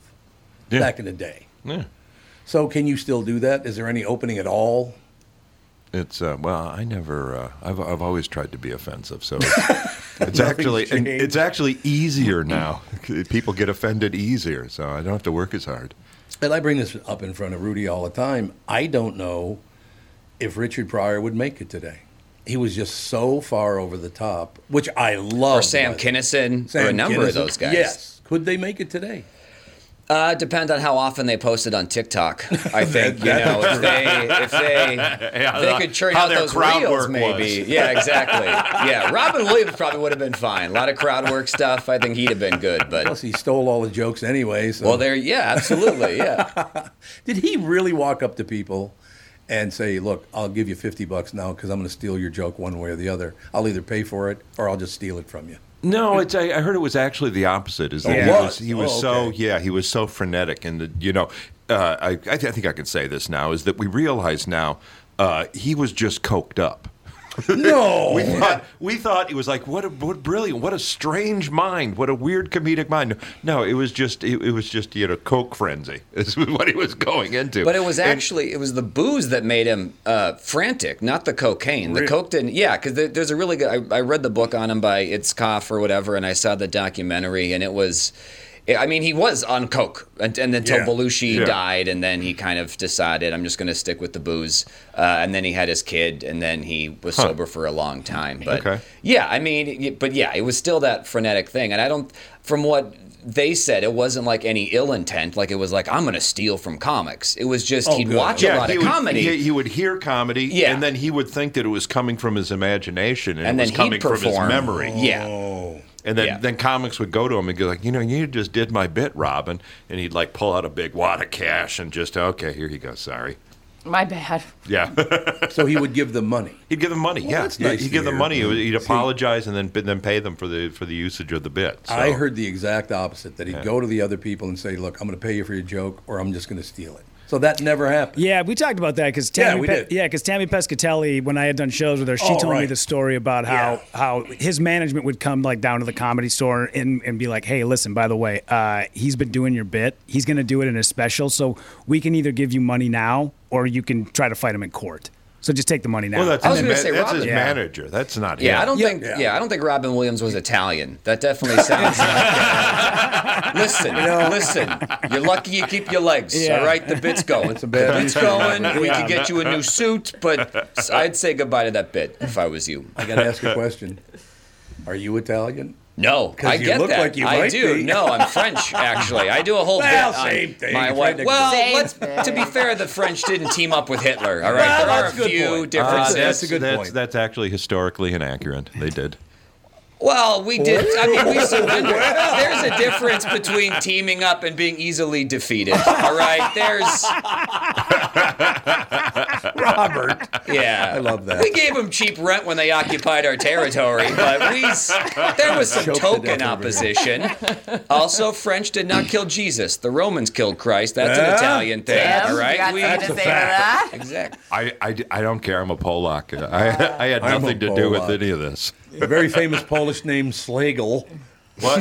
Speaker 11: Yeah.
Speaker 2: back in the day.
Speaker 11: Yeah.
Speaker 2: So can you still do that? Is there any opening at all?
Speaker 11: It's uh, well, I never. Uh, I've I've always tried to be offensive, so it's, it's actually
Speaker 2: changed.
Speaker 11: it's actually easier now. People get offended easier, so I don't have to work as hard.
Speaker 2: And I bring this up in front of Rudy all the time. I don't know if Richard Pryor would make it today. He was just so far over the top, which I love.
Speaker 12: Or Sam Kinison, or a number of those guys.
Speaker 2: Yes. Could they make it today?
Speaker 12: Uh, depend on how often they post it on TikTok. I think you
Speaker 2: That-
Speaker 12: know if they if
Speaker 2: that's
Speaker 12: they
Speaker 11: Yeah,
Speaker 12: if they
Speaker 11: the-
Speaker 12: could churn
Speaker 11: how
Speaker 12: out
Speaker 11: their
Speaker 12: those
Speaker 11: crowd
Speaker 12: reels
Speaker 11: work
Speaker 12: maybe.
Speaker 11: was.
Speaker 12: Yeah, exactly. Yeah, Robin Williams probably would have been fine. A lot of crowd work stuff. I think he'd have been good. But
Speaker 2: Plus, he stole all the jokes anyway. So.
Speaker 12: well, there. Yeah, absolutely. Yeah.
Speaker 2: Did he really walk up to people and say, "Look, I'll give you fifty bucks now because I'm going to steal your joke one way or the other. I'll either pay for it or I'll just steal it from you."
Speaker 11: No, it's. I, I heard it was actually the opposite. Is
Speaker 2: Oh,
Speaker 11: that
Speaker 2: it
Speaker 11: he
Speaker 2: was?
Speaker 11: was he was
Speaker 2: Oh,
Speaker 11: so yeah he was so frenetic and the, you know uh, I, I, th- I think I can say this now, is that we realize now uh, he was just coked up.
Speaker 2: No.
Speaker 11: we thought we thought it was like what a what brilliant, what a strange mind, what a weird comedic mind. No, it was just it, it was just you know coke frenzy. This was what he was going into.
Speaker 12: But it was
Speaker 11: And-
Speaker 12: actually it was the booze that made him uh, frantic, not the cocaine. The
Speaker 11: Really?
Speaker 12: coke didn't. Yeah, because there, there's a really good. I, I read the book on him by Itzkoff or whatever, and I saw the documentary, and it was. I mean, he was on coke, and, and until
Speaker 13: Yeah.
Speaker 12: Belushi
Speaker 13: Yeah.
Speaker 12: died, and then he kind of decided, I'm just going to stick with the booze. Uh, and then he had his kid, and then he was
Speaker 13: Huh.
Speaker 12: sober for a long time. But
Speaker 13: Okay.
Speaker 12: yeah, I mean, y- but yeah, it was still that frenetic thing. And I don't, from what they said, it wasn't like any ill intent. Like it was like, I'm going to steal from comics. It was just, he'd watch
Speaker 11: Oh,
Speaker 12: a
Speaker 11: Yeah,
Speaker 12: lot
Speaker 11: he
Speaker 12: of
Speaker 11: would-
Speaker 12: comedy.
Speaker 11: He, he would hear comedy, and then he would think that it was coming from his imagination, and,
Speaker 12: And
Speaker 11: it was
Speaker 12: then he'd
Speaker 11: coming from his
Speaker 12: perform. Oh.
Speaker 11: memory.
Speaker 12: Yeah.
Speaker 11: And then,
Speaker 12: Yeah.
Speaker 11: then comics would go to him and go like, you know, you just did my bit, Robin, and he'd like pull out a big wad of cash and just, okay, here you go, sorry.
Speaker 4: My bad.
Speaker 11: Yeah.
Speaker 2: so he would give them money.
Speaker 11: He'd give them money.
Speaker 2: Well,
Speaker 11: yeah,
Speaker 2: that's nice
Speaker 11: he'd
Speaker 2: to
Speaker 11: give them
Speaker 2: hear.
Speaker 11: money. He'd
Speaker 2: See-
Speaker 11: apologize and then then pay them for the for the usage of the bit. So.
Speaker 2: I heard the exact opposite that he'd
Speaker 11: Yeah.
Speaker 2: go to the other people and say, Look, I'm going to pay you for your joke or I'm just going to steal it. So that never happened.
Speaker 5: Yeah, we talked about that because
Speaker 2: Yeah,
Speaker 5: Tammy,
Speaker 2: we
Speaker 5: Pe-
Speaker 2: did.
Speaker 5: yeah, because Tammy Pescatelli, when I had done shows with her, she
Speaker 2: Oh,
Speaker 5: told me
Speaker 2: right.
Speaker 5: the story about how how his management would come like down to the comedy store and and be like, "Hey, listen, by the way, uh, he's been doing your bit. He's going to do it in a special, so we can either give you money now or you can try to fight him in court. So just take the money now."
Speaker 11: Well, that's
Speaker 12: I was
Speaker 11: his,
Speaker 12: gonna
Speaker 11: ma-
Speaker 12: say
Speaker 11: that's his
Speaker 12: Robin. Yeah.
Speaker 11: manager. That's not
Speaker 12: yeah,
Speaker 11: him.
Speaker 12: I don't think. Yeah. I don't think Robin Williams was Italian. That definitely sounds. like Listen, listen. You're lucky you keep your legs.
Speaker 13: Yeah.
Speaker 12: All right, the bit's going.
Speaker 13: a bad
Speaker 12: the bit's
Speaker 13: reason.
Speaker 12: going. We
Speaker 13: Yeah.
Speaker 12: can get you a new suit, but I'd say goodbye to that bit if I was you.
Speaker 2: I got to ask a question Are you Italian?
Speaker 12: No,
Speaker 2: 'Cause
Speaker 12: I
Speaker 2: you
Speaker 12: get
Speaker 2: look
Speaker 12: that.
Speaker 2: like you
Speaker 12: I
Speaker 2: might
Speaker 12: do.
Speaker 2: be.
Speaker 12: No, I'm French actually. I do a whole
Speaker 2: Well,
Speaker 12: bit on
Speaker 2: same thing.
Speaker 12: my
Speaker 2: It's
Speaker 12: wife.
Speaker 2: right
Speaker 12: Well,
Speaker 2: next-
Speaker 12: let's, to be fair, the French didn't team up with Hitler. All right,
Speaker 2: Well,
Speaker 12: there are
Speaker 2: Ah, that's a
Speaker 12: a
Speaker 2: good
Speaker 12: few
Speaker 2: point.
Speaker 11: Uh,
Speaker 12: differences.
Speaker 11: that's, that's, That's actually historically inaccurate. They did.
Speaker 12: Well, we did. I mean, we surrendered. There's a difference between teaming up and being easily defeated. All right, there's
Speaker 2: Robert.
Speaker 12: Yeah,
Speaker 2: I love that.
Speaker 12: We gave them cheap rent when they occupied our territory, but we s- there was some
Speaker 2: Choke to
Speaker 12: token
Speaker 2: death over
Speaker 12: opposition. Also, French did not kill Jesus. The Romans killed Christ. That's
Speaker 11: Yeah.
Speaker 12: an Italian thing,
Speaker 11: Yeah,
Speaker 12: all
Speaker 11: you
Speaker 12: right?
Speaker 11: got something to That's a say to fact.
Speaker 12: Exactly.
Speaker 11: I, I, I don't care. I'm a Polak. I, I had
Speaker 2: I'm a
Speaker 11: nothing to do with
Speaker 2: Polak.
Speaker 11: any of this.
Speaker 2: The very famous Polish name Slagle.
Speaker 11: What?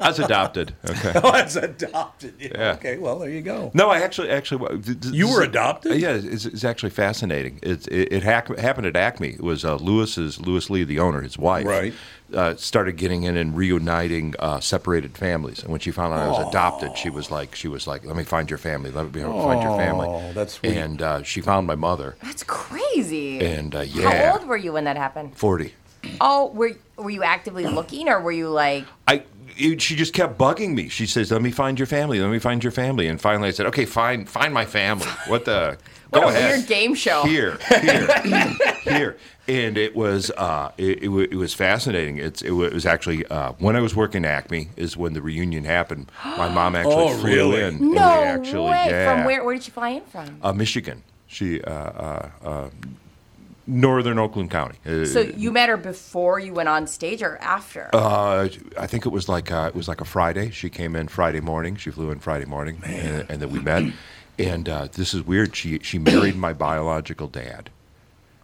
Speaker 11: I was adopted. Okay.
Speaker 2: Oh, it's adopted. Yeah.
Speaker 11: Yeah.
Speaker 2: Okay, well, there you go.
Speaker 11: No, I actually, actually,
Speaker 2: You were adopted?
Speaker 11: uh, Yeah, it's, it's actually fascinating. It it, it hack, happened at Acme. It was uh, Lewis's Lewis Lee, the owner, his wife,
Speaker 2: Right.
Speaker 11: uh, started getting in and reuniting uh, separated families. And when she found out I was adopted, she was like, she was like, let me find your family. Let me find your family.
Speaker 2: Oh, that's sweet.
Speaker 11: And uh, she found my mother.
Speaker 4: That's crazy.
Speaker 11: And uh, yeah,
Speaker 4: How old were you when that happened?
Speaker 11: forty.
Speaker 4: Oh, were were you actively looking, or were you like,
Speaker 11: I it, she just kept bugging me. She says, "Let me find your family. Let me find your family." And finally, I said, "Okay, find find my family. What the?
Speaker 4: what
Speaker 11: go
Speaker 4: a
Speaker 11: ahead.
Speaker 4: weird game show?
Speaker 11: Here, here, here." And it was uh, it, it, wa- it was fascinating. It's it, wa- it was actually uh, when I was working Acme is when the reunion happened. My mom actually
Speaker 2: Oh,
Speaker 11: flew
Speaker 2: really?
Speaker 11: in. and we
Speaker 4: No
Speaker 11: actually,
Speaker 4: way.
Speaker 11: Yeah,
Speaker 4: From where? Where did you fly in from?
Speaker 11: Uh, Michigan. She uh, uh, uh, northern Oakland County. Uh,
Speaker 4: so you met her before you went on stage, or after?
Speaker 11: Uh, I think it was like uh, it was like a Friday. She came in Friday morning. She flew in Friday morning, and, and then we met. And uh, this is weird. She she married my biological dad,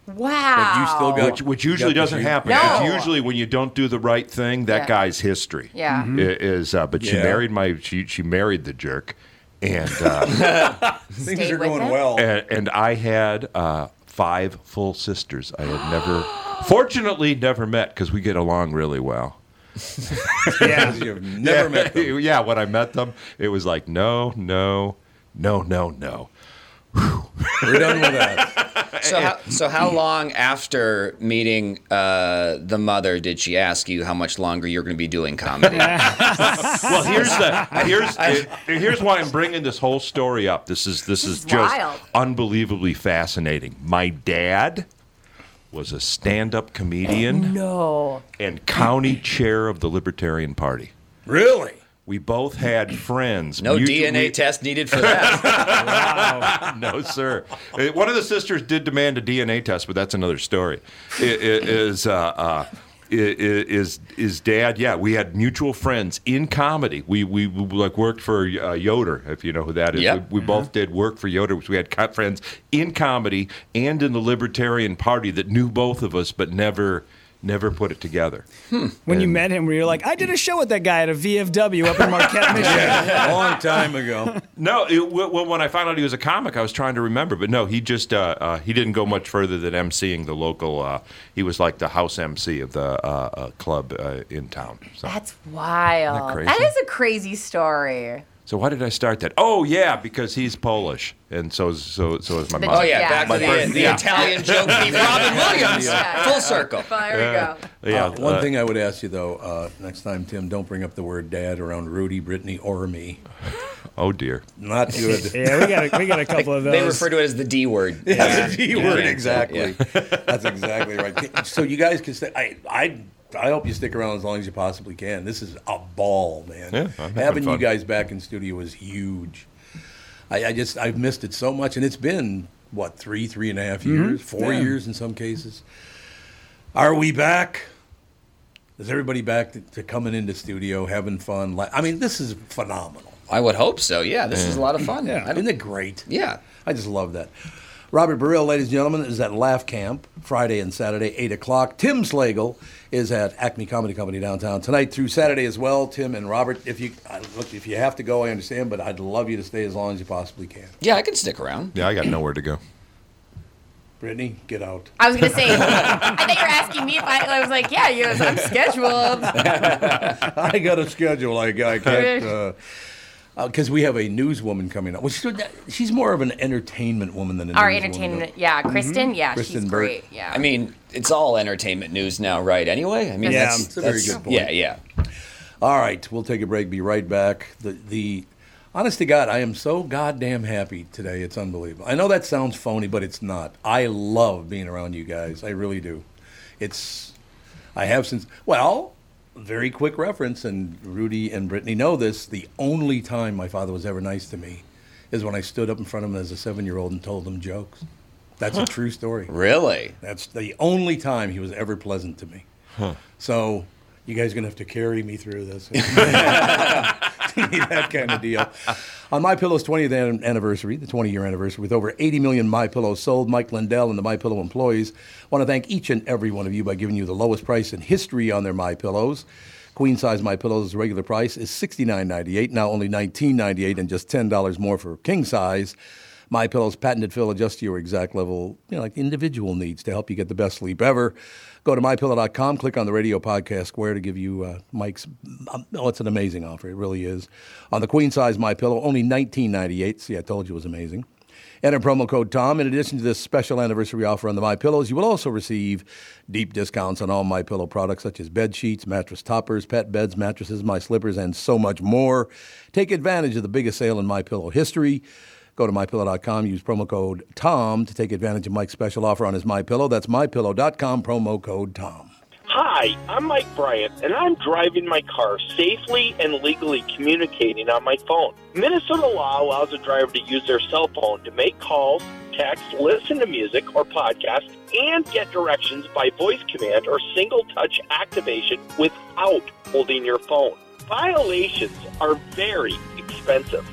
Speaker 4: wow.
Speaker 2: Oh.
Speaker 11: which, which usually doesn't happen.
Speaker 4: No.
Speaker 11: It's usually when you don't do the right thing, that
Speaker 4: Yeah.
Speaker 11: guy's history.
Speaker 4: Yeah.
Speaker 2: Mm-hmm.
Speaker 4: Mhm.
Speaker 11: i- is uh, but she
Speaker 2: Yeah.
Speaker 11: married my she she married the jerk, and uh,
Speaker 2: Things
Speaker 4: Stayed
Speaker 2: are
Speaker 4: with
Speaker 2: going
Speaker 4: him?
Speaker 2: well.
Speaker 11: and, and I had uh, five full sisters. I had never, fortunately, never met because we get along really well.
Speaker 2: yeah. You've never
Speaker 11: yeah,
Speaker 2: met them.
Speaker 11: Yeah, when I met them, it was like no, no, no, no, no.
Speaker 2: We're done with that.
Speaker 12: So, how, so how long after meeting uh, the mother did she ask you how much longer you're going to be doing comedy?
Speaker 11: well, here's the here's here's why I'm bringing this whole story up. This is this is
Speaker 4: is
Speaker 11: just
Speaker 4: wild.
Speaker 11: unbelievably fascinating. My dad was a stand-up comedian
Speaker 4: No.
Speaker 11: and county chair of the Libertarian Party.
Speaker 2: Really?
Speaker 11: We both had friends.
Speaker 12: No
Speaker 11: mutu-
Speaker 12: DNA
Speaker 11: we-
Speaker 12: test needed for that.
Speaker 11: no, sir. Uh, One of the sisters did demand a DNA test, but that's another story. It, it is uh, uh, is is dad. Yeah, we had mutual friends in comedy. We we, we like worked for uh, Yoder, if you know who that is.
Speaker 12: Yep.
Speaker 11: We, we both did work for Yoder, which we had co- friends in comedy and in the Libertarian Party that knew both of us, but never never put it together.
Speaker 5: When you met him, were you like, I did a show with that guy at a VFW up in Marquette, Michigan?
Speaker 11: long time ago. No, it, well, when I found out he was a comic, I was trying to remember, but no, he just uh, uh, he didn't go much further than emceeing the local. Uh, he was like the house MC of the uh, uh, club uh, in town. So.
Speaker 4: That's wild.
Speaker 11: Isn't that crazy?
Speaker 4: that is a crazy story.
Speaker 11: so why did I start that? Oh yeah, because he's Polish, and so is- so so is my
Speaker 4: The-
Speaker 11: mom.
Speaker 4: Oh, yeah, yeah. back
Speaker 11: My
Speaker 4: to the-
Speaker 11: birth-
Speaker 12: the
Speaker 11: yeah.
Speaker 12: Italian joke thief, Robin Williams.
Speaker 11: Yeah.
Speaker 12: Full circle.
Speaker 11: Yeah. Yeah,
Speaker 2: Uh, one
Speaker 11: uh,
Speaker 2: thing I would ask you though, uh, next time, Tim, don't bring up the word dad around Rudy, Brittany, or me.
Speaker 11: Oh dear.
Speaker 2: Not good.
Speaker 5: Yeah, we got a- we got a couple of
Speaker 12: They
Speaker 5: those.
Speaker 12: refer to it as the D word.
Speaker 2: Yeah, the D
Speaker 12: Yeah.
Speaker 2: word
Speaker 12: Yeah.
Speaker 2: exactly. That's exactly right. So you guys can stay. I I I hope you stick around as long as you possibly can. This is a ball, man.
Speaker 11: Yeah, I'm having
Speaker 2: having you
Speaker 11: fun.
Speaker 2: guys back in studio is huge. I, I just I've missed it so much, and it's been what three three and a half years, four
Speaker 11: Yeah.
Speaker 2: years in some cases. Are we back? Is everybody back to, to coming into studio, having fun? Like, I mean, this is phenomenal.
Speaker 12: I would hope so. Yeah, this is a lot of fun.
Speaker 2: Yeah.
Speaker 12: I don't-
Speaker 2: Isn't it great?
Speaker 12: Yeah.
Speaker 2: I just love that. Robert Burrell, ladies and gentlemen, is at Laugh Camp Friday and Saturday, 8 o'clock. Tim Slagle is at Acme Comedy Company downtown tonight through Saturday as well. Tim and Robert, if you I- look, if you have to go, I understand, but I'd love you to stay as long as you possibly can.
Speaker 12: Yeah, I can stick around.
Speaker 11: Yeah, I got nowhere to go.
Speaker 2: Brittany, get out.
Speaker 4: I was gonna say. I thought you were asking me if I. I was like, yeah, you I'm scheduled.
Speaker 2: I got a schedule. I, I can't. Because we have a newswoman coming up. Well, she's, she's more of an entertainment woman than a
Speaker 4: Our
Speaker 2: newswoman.
Speaker 4: entertainment. Yeah,
Speaker 11: Mm-hmm.
Speaker 4: Kristen. Yeah,
Speaker 2: Mm-hmm. Kristen
Speaker 4: she's
Speaker 2: Burt.
Speaker 4: great. Yeah.
Speaker 12: I mean, it's all entertainment news now, right? Anyway, I mean,
Speaker 2: Yeah,
Speaker 12: that's,
Speaker 2: it's a very
Speaker 12: that's-
Speaker 2: good point.
Speaker 12: Yeah, yeah.
Speaker 2: All right, we'll take a break. Be right back. The the honest to God, I am so goddamn happy today. It's unbelievable. I know that sounds phony, but it's not. I love being around you guys. I really do. It's I have since well. Very quick reference, and Rudy and Brittany know this. The only time my father was ever nice to me is when I stood up in front of him as a seven-year-old and told him jokes. That's a true story.
Speaker 12: Really?
Speaker 2: That's the only time he was ever pleasant to me. So you guys are gonna have to carry me through this. that kind of deal. On My Pillow's 20th an- anniversary, the 20 year anniversary, with over 80 million My Pillows sold, Mike Lindell and the My Pillow employees want to thank each and every one of you by giving you the lowest price in history on their My Pillows. Queen size My Pillows regular price is $69.98, now only $19.98, and just $10 more for king size. My Pillow's patented fill adjusts to your exact level, you know, like individual needs to help you get the best sleep ever. Go to mypillow.com, click on the radio podcast square to give you uh, Mike's. Um, oh, it's an amazing offer. It really is. On the queen size My Pillow, only $19.98. See, I told you it was amazing. Enter promo code Tom. In addition to this special anniversary offer on the My Pillows, you will also receive deep discounts on all My Pillow products such as bed sheets, mattress toppers, pet beds, mattresses, my slippers, and so much more. Take advantage of the biggest sale in My Pillow history. Go to mypillow.com, use promo code TOM to take advantage of Mike's special offer on his My Pillow. That's mypillow.com, promo code TOM.
Speaker 6: Hi, I'm Mike Bryant, and I'm driving my car safely and legally communicating on my phone. Minnesota law allows a driver to use their cell phone to make calls, text, listen to music or podcasts, and get directions by voice command or single touch activation without holding your phone. Violations are very expensive.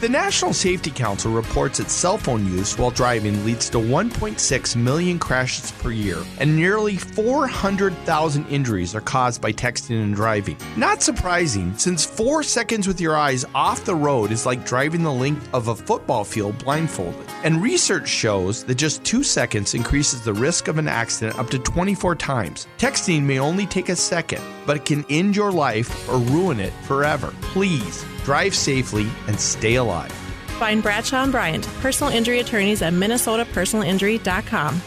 Speaker 7: The National Safety Council reports that cell phone use while driving leads to 1.6 million crashes per year, and nearly 400,000 injuries are caused by texting and driving. Not surprising, since four seconds with your eyes off the road is like driving the length of a football field blindfolded. And research shows that just two seconds increases the risk of an accident up to 24 times. Texting may only take a second, but it can end your life or ruin it forever. Please drive safely and stay alive.
Speaker 8: Find Bradshaw and Bryant, personal injury attorneys at minnesotapersonalinjury.com.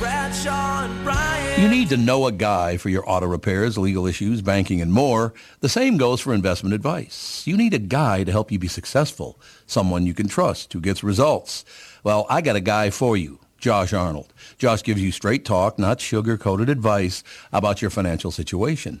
Speaker 13: Bradshaw and Bryant.
Speaker 2: You need to know a guy for your auto repairs, legal issues, banking, and more. The same goes for investment advice. You need a guy to help you be successful, someone you can trust who gets results. Well, I got a guy for you, Josh Arnold. Josh gives you straight talk, not sugar-coated advice about your financial situation.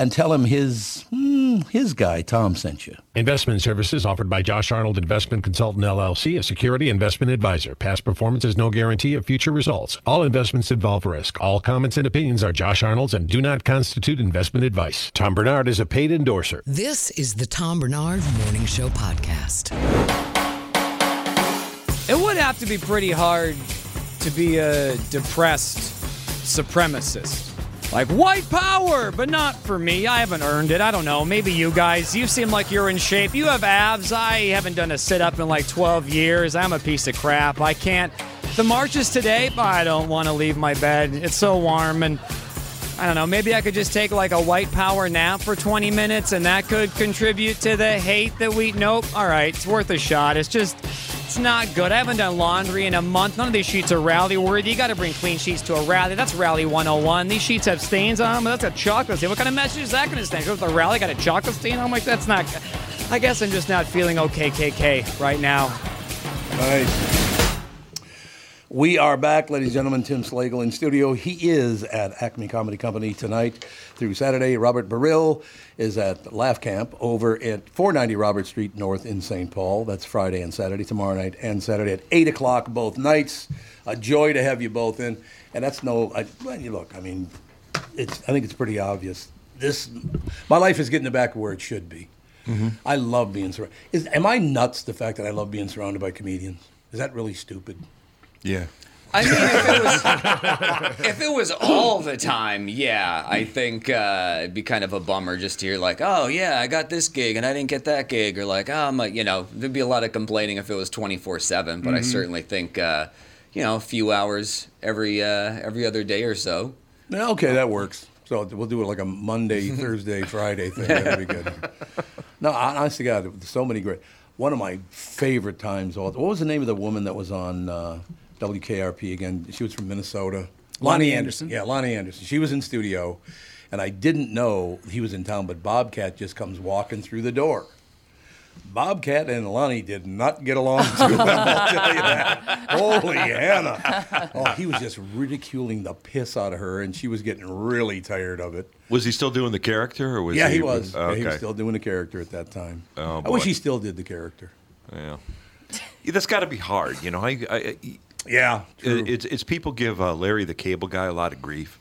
Speaker 2: And tell him his, hmm, his guy, Tom, sent you.
Speaker 14: Investment services offered by Josh Arnold Investment Consultant LLC, a security investment advisor. Past performance is no guarantee of future results. All investments involve risk. All comments and opinions are Josh Arnold's and do not constitute investment advice. Tom Bernard is a paid endorser.
Speaker 1: This is the Tom Bernard Morning Show podcast.
Speaker 15: It would have to be pretty hard to be a depressed supremacist. Like white power, but not for me. I haven't earned it. I don't know. Maybe you guys. You seem like you're in shape. You have abs. I haven't done a sit up in like 12 years. I'm a piece of crap. I can't. The march is today, but I don't want to leave my bed. It's so warm and I don't know. Maybe I could just take like a white power nap for 20 minutes and that could contribute to the hate that we. Nope. All right. It's worth a shot. It's just. It's not good. I haven't done laundry in a month. None of these sheets are rally worthy. You got to bring clean sheets to a rally. That's rally 101. These sheets have stains on them. That's a chocolate stain. What kind of message is that going to send? Go to the rally, got a chocolate stain. I'm like, that's not. I guess I'm just not feeling okay, KK, right now.
Speaker 2: All right. We are back, ladies and gentlemen. Tim Slagle in studio. He is at Acme Comedy Company tonight through Saturday. Robert Barrill is at Laugh Camp over at 490 Robert Street North in St. Paul. That's Friday and Saturday, tomorrow night and Saturday at 8 o'clock both nights. A joy to have you both in. And that's no, I, well, you look, I mean, it's, I think it's pretty obvious. This, my life is getting back where it should be. I love being surrounded. Is, am I nuts the fact that I love being surrounded by comedians? Is that really stupid?
Speaker 11: Yeah.
Speaker 12: I mean, if it was, if it was all the time, yeah, I think uh, it'd be kind of a bummer just to hear like, oh yeah, I got this gig and I didn't get that gig, or like, oh, I'm a, you know, there'd be a lot of complaining if it was 24 seven. But I
Speaker 16: Mhm.
Speaker 12: certainly think, uh, you know, a few hours every uh, every other day or so.
Speaker 2: Yeah, okay, that works. So we'll do it like a Monday, Thursday, Friday thing. That'd be good. No, hon- honest to God, so many great. One of my favorite times. All what was the name of the woman that was on uh, WKRP again? She was from Minnesota.
Speaker 5: Lonnie Anderson.
Speaker 2: Yeah, Lonnie Anderson. She was in studio, and I didn't know he was in town. But Bobcat just comes walking through the door. Bobcat and Lonnie did not get along too well. I'll tell you that. Holy Hannah! Oh, he was just ridiculing the piss out of her, and she was getting really tired of it.
Speaker 11: Was he still doing the character, or was
Speaker 2: yeah,
Speaker 11: he,
Speaker 2: he, was.
Speaker 11: Oh,
Speaker 2: Yeah, he was
Speaker 11: okay.
Speaker 2: still doing the character at that time.
Speaker 11: Oh,
Speaker 2: I wish
Speaker 11: boy.
Speaker 2: he still did the character.
Speaker 11: Yeah. Yeah, that's got to be hard, you know. I, I, I
Speaker 2: yeah,
Speaker 11: it's it's people give uh, Larry the Cable Guy a lot of grief,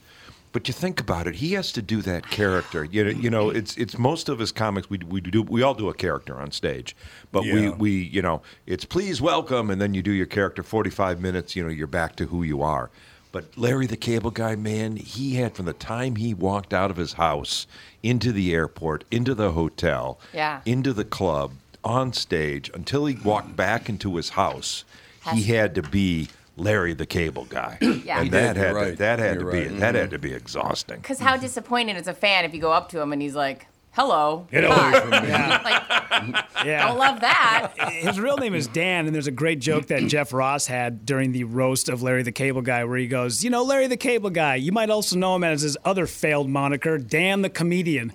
Speaker 11: but you think about it, he has to do that character. You know, you know, it's it's most of his comics we we do we all do a character on stage, but we
Speaker 2: Yeah.
Speaker 11: we you know it's please welcome, and then you do your character forty five minutes. You know, you're back to who you are. But Larry the Cable Guy, man, he had from the time he walked out of his house into the airport, into the hotel,
Speaker 4: Yeah.
Speaker 11: into the club on stage until he walked back into his house. He had to be Larry the Cable Guy,
Speaker 4: Yeah.
Speaker 11: and
Speaker 4: He
Speaker 11: that had
Speaker 4: did, you're
Speaker 11: to,
Speaker 2: right.
Speaker 11: that had
Speaker 2: You're
Speaker 11: to be
Speaker 2: right.
Speaker 11: that had
Speaker 2: Mhm.
Speaker 11: to be exhausting.
Speaker 4: Because how disappointed as a fan if you go up to him and he's like, hello.
Speaker 11: Get
Speaker 4: Hi.
Speaker 11: away from me.
Speaker 5: Yeah.
Speaker 4: Don't love that.
Speaker 5: His real name is Dan, and there's a great joke that Jeff Ross had during the roast of Larry the Cable Guy where he goes, You know, Larry the Cable Guy, you might also know him as his other failed moniker, Dan the Comedian.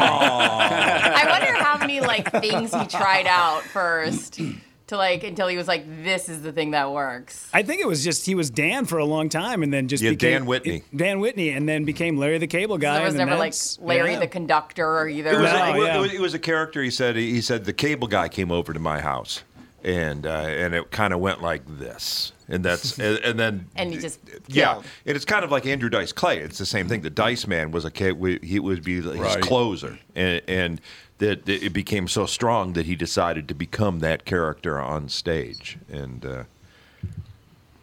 Speaker 4: I wonder how many like things he tried out first to like until he was like, this is the thing that works.
Speaker 5: I think it was just he was Dan for a long time, and then just
Speaker 11: Yeah,
Speaker 5: became,
Speaker 11: Dan Whitney.
Speaker 5: Dan Whitney, and then became Larry the Cable Guy.
Speaker 4: there was
Speaker 5: and then
Speaker 4: never like
Speaker 5: that's-
Speaker 4: Larry
Speaker 5: yeah.
Speaker 4: the conductor either.
Speaker 11: It was,
Speaker 5: No,
Speaker 11: it was-
Speaker 5: yeah.
Speaker 11: it was- it was a character. He said he said the Cable Guy came over to my house, and uh, and it kind of went like this, and that's and, and then
Speaker 4: and he just
Speaker 11: Yeah, and it's kind of like Andrew Dice Clay. It's the same thing. The Dice Man was a ca- wa- he would be his
Speaker 2: Right.
Speaker 11: closer, and, and that that it became so strong that he decided to become that character on stage. And uh,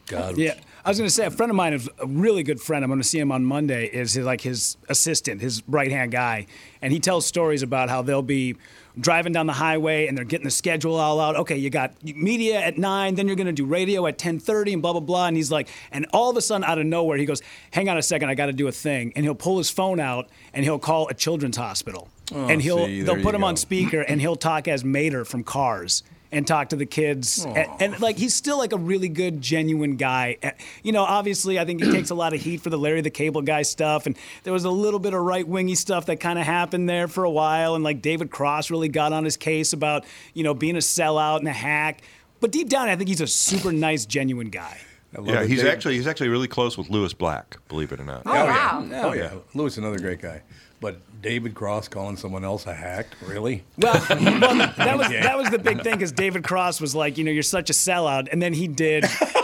Speaker 11: God,
Speaker 5: Yeah, I was going to say a friend of mine, is a really good friend. I'm going to see him on Monday. Is his, like his assistant, his right hand guy, and he tells stories about how they'll be driving down the highway and they're getting the schedule all out. Okay, you got media at nine, then you're going to do radio at 10:30, and blah blah blah. And he's like, and all of a sudden, out of nowhere, he goes, "Hang on a second, I got to do a thing." And he'll pull his phone out and he'll call a children's hospital,
Speaker 2: Oh,
Speaker 5: and he'll
Speaker 2: see,
Speaker 5: they'll
Speaker 2: there
Speaker 5: put
Speaker 2: you
Speaker 5: him on
Speaker 2: go.
Speaker 5: speaker and he'll talk as Mater from Cars. and talk to the kids. And, and, like he's still like a really good, genuine guy. Uh, You know, obviously, I think he takes a lot of heat for the Larry the Cable Guy stuff, and there was a little bit of right wingy stuff that kind of happened there for a while. And like David Cross really got on his case about you know being a sellout and a hack. But deep down, I think he's a super nice, genuine guy.
Speaker 11: Yeah, he's actually he's actually really close with Lewis Black, believe it or not.
Speaker 5: Oh,
Speaker 2: yeah.
Speaker 5: wow.
Speaker 2: Oh, yeah. Lewis, another great guy. But David Cross calling someone else a hack, really?
Speaker 5: Well, well, that was that was the big thing because David Cross was like, you know, you're such a sellout, and then he did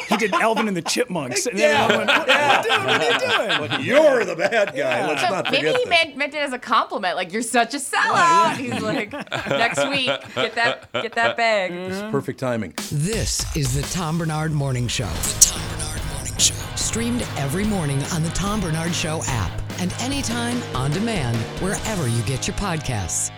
Speaker 5: he did Elvin and the Chipmunks, and then everyone went, what, dude, what are you doing?
Speaker 2: But you're the bad guy. Let's
Speaker 4: So
Speaker 2: not
Speaker 4: maybe
Speaker 2: forget
Speaker 4: he
Speaker 2: that.
Speaker 4: meant, meant it as a compliment. Like you're such a sellout. He's like, next week, get that, get that bag.
Speaker 5: Mm-hmm.
Speaker 2: This is perfect timing.
Speaker 1: This is the Tom Bernard Morning Show. The Tom Bernard Morning Show. Streamed every morning on the Tom Bernard Show app and anytime on demand wherever you get your podcasts.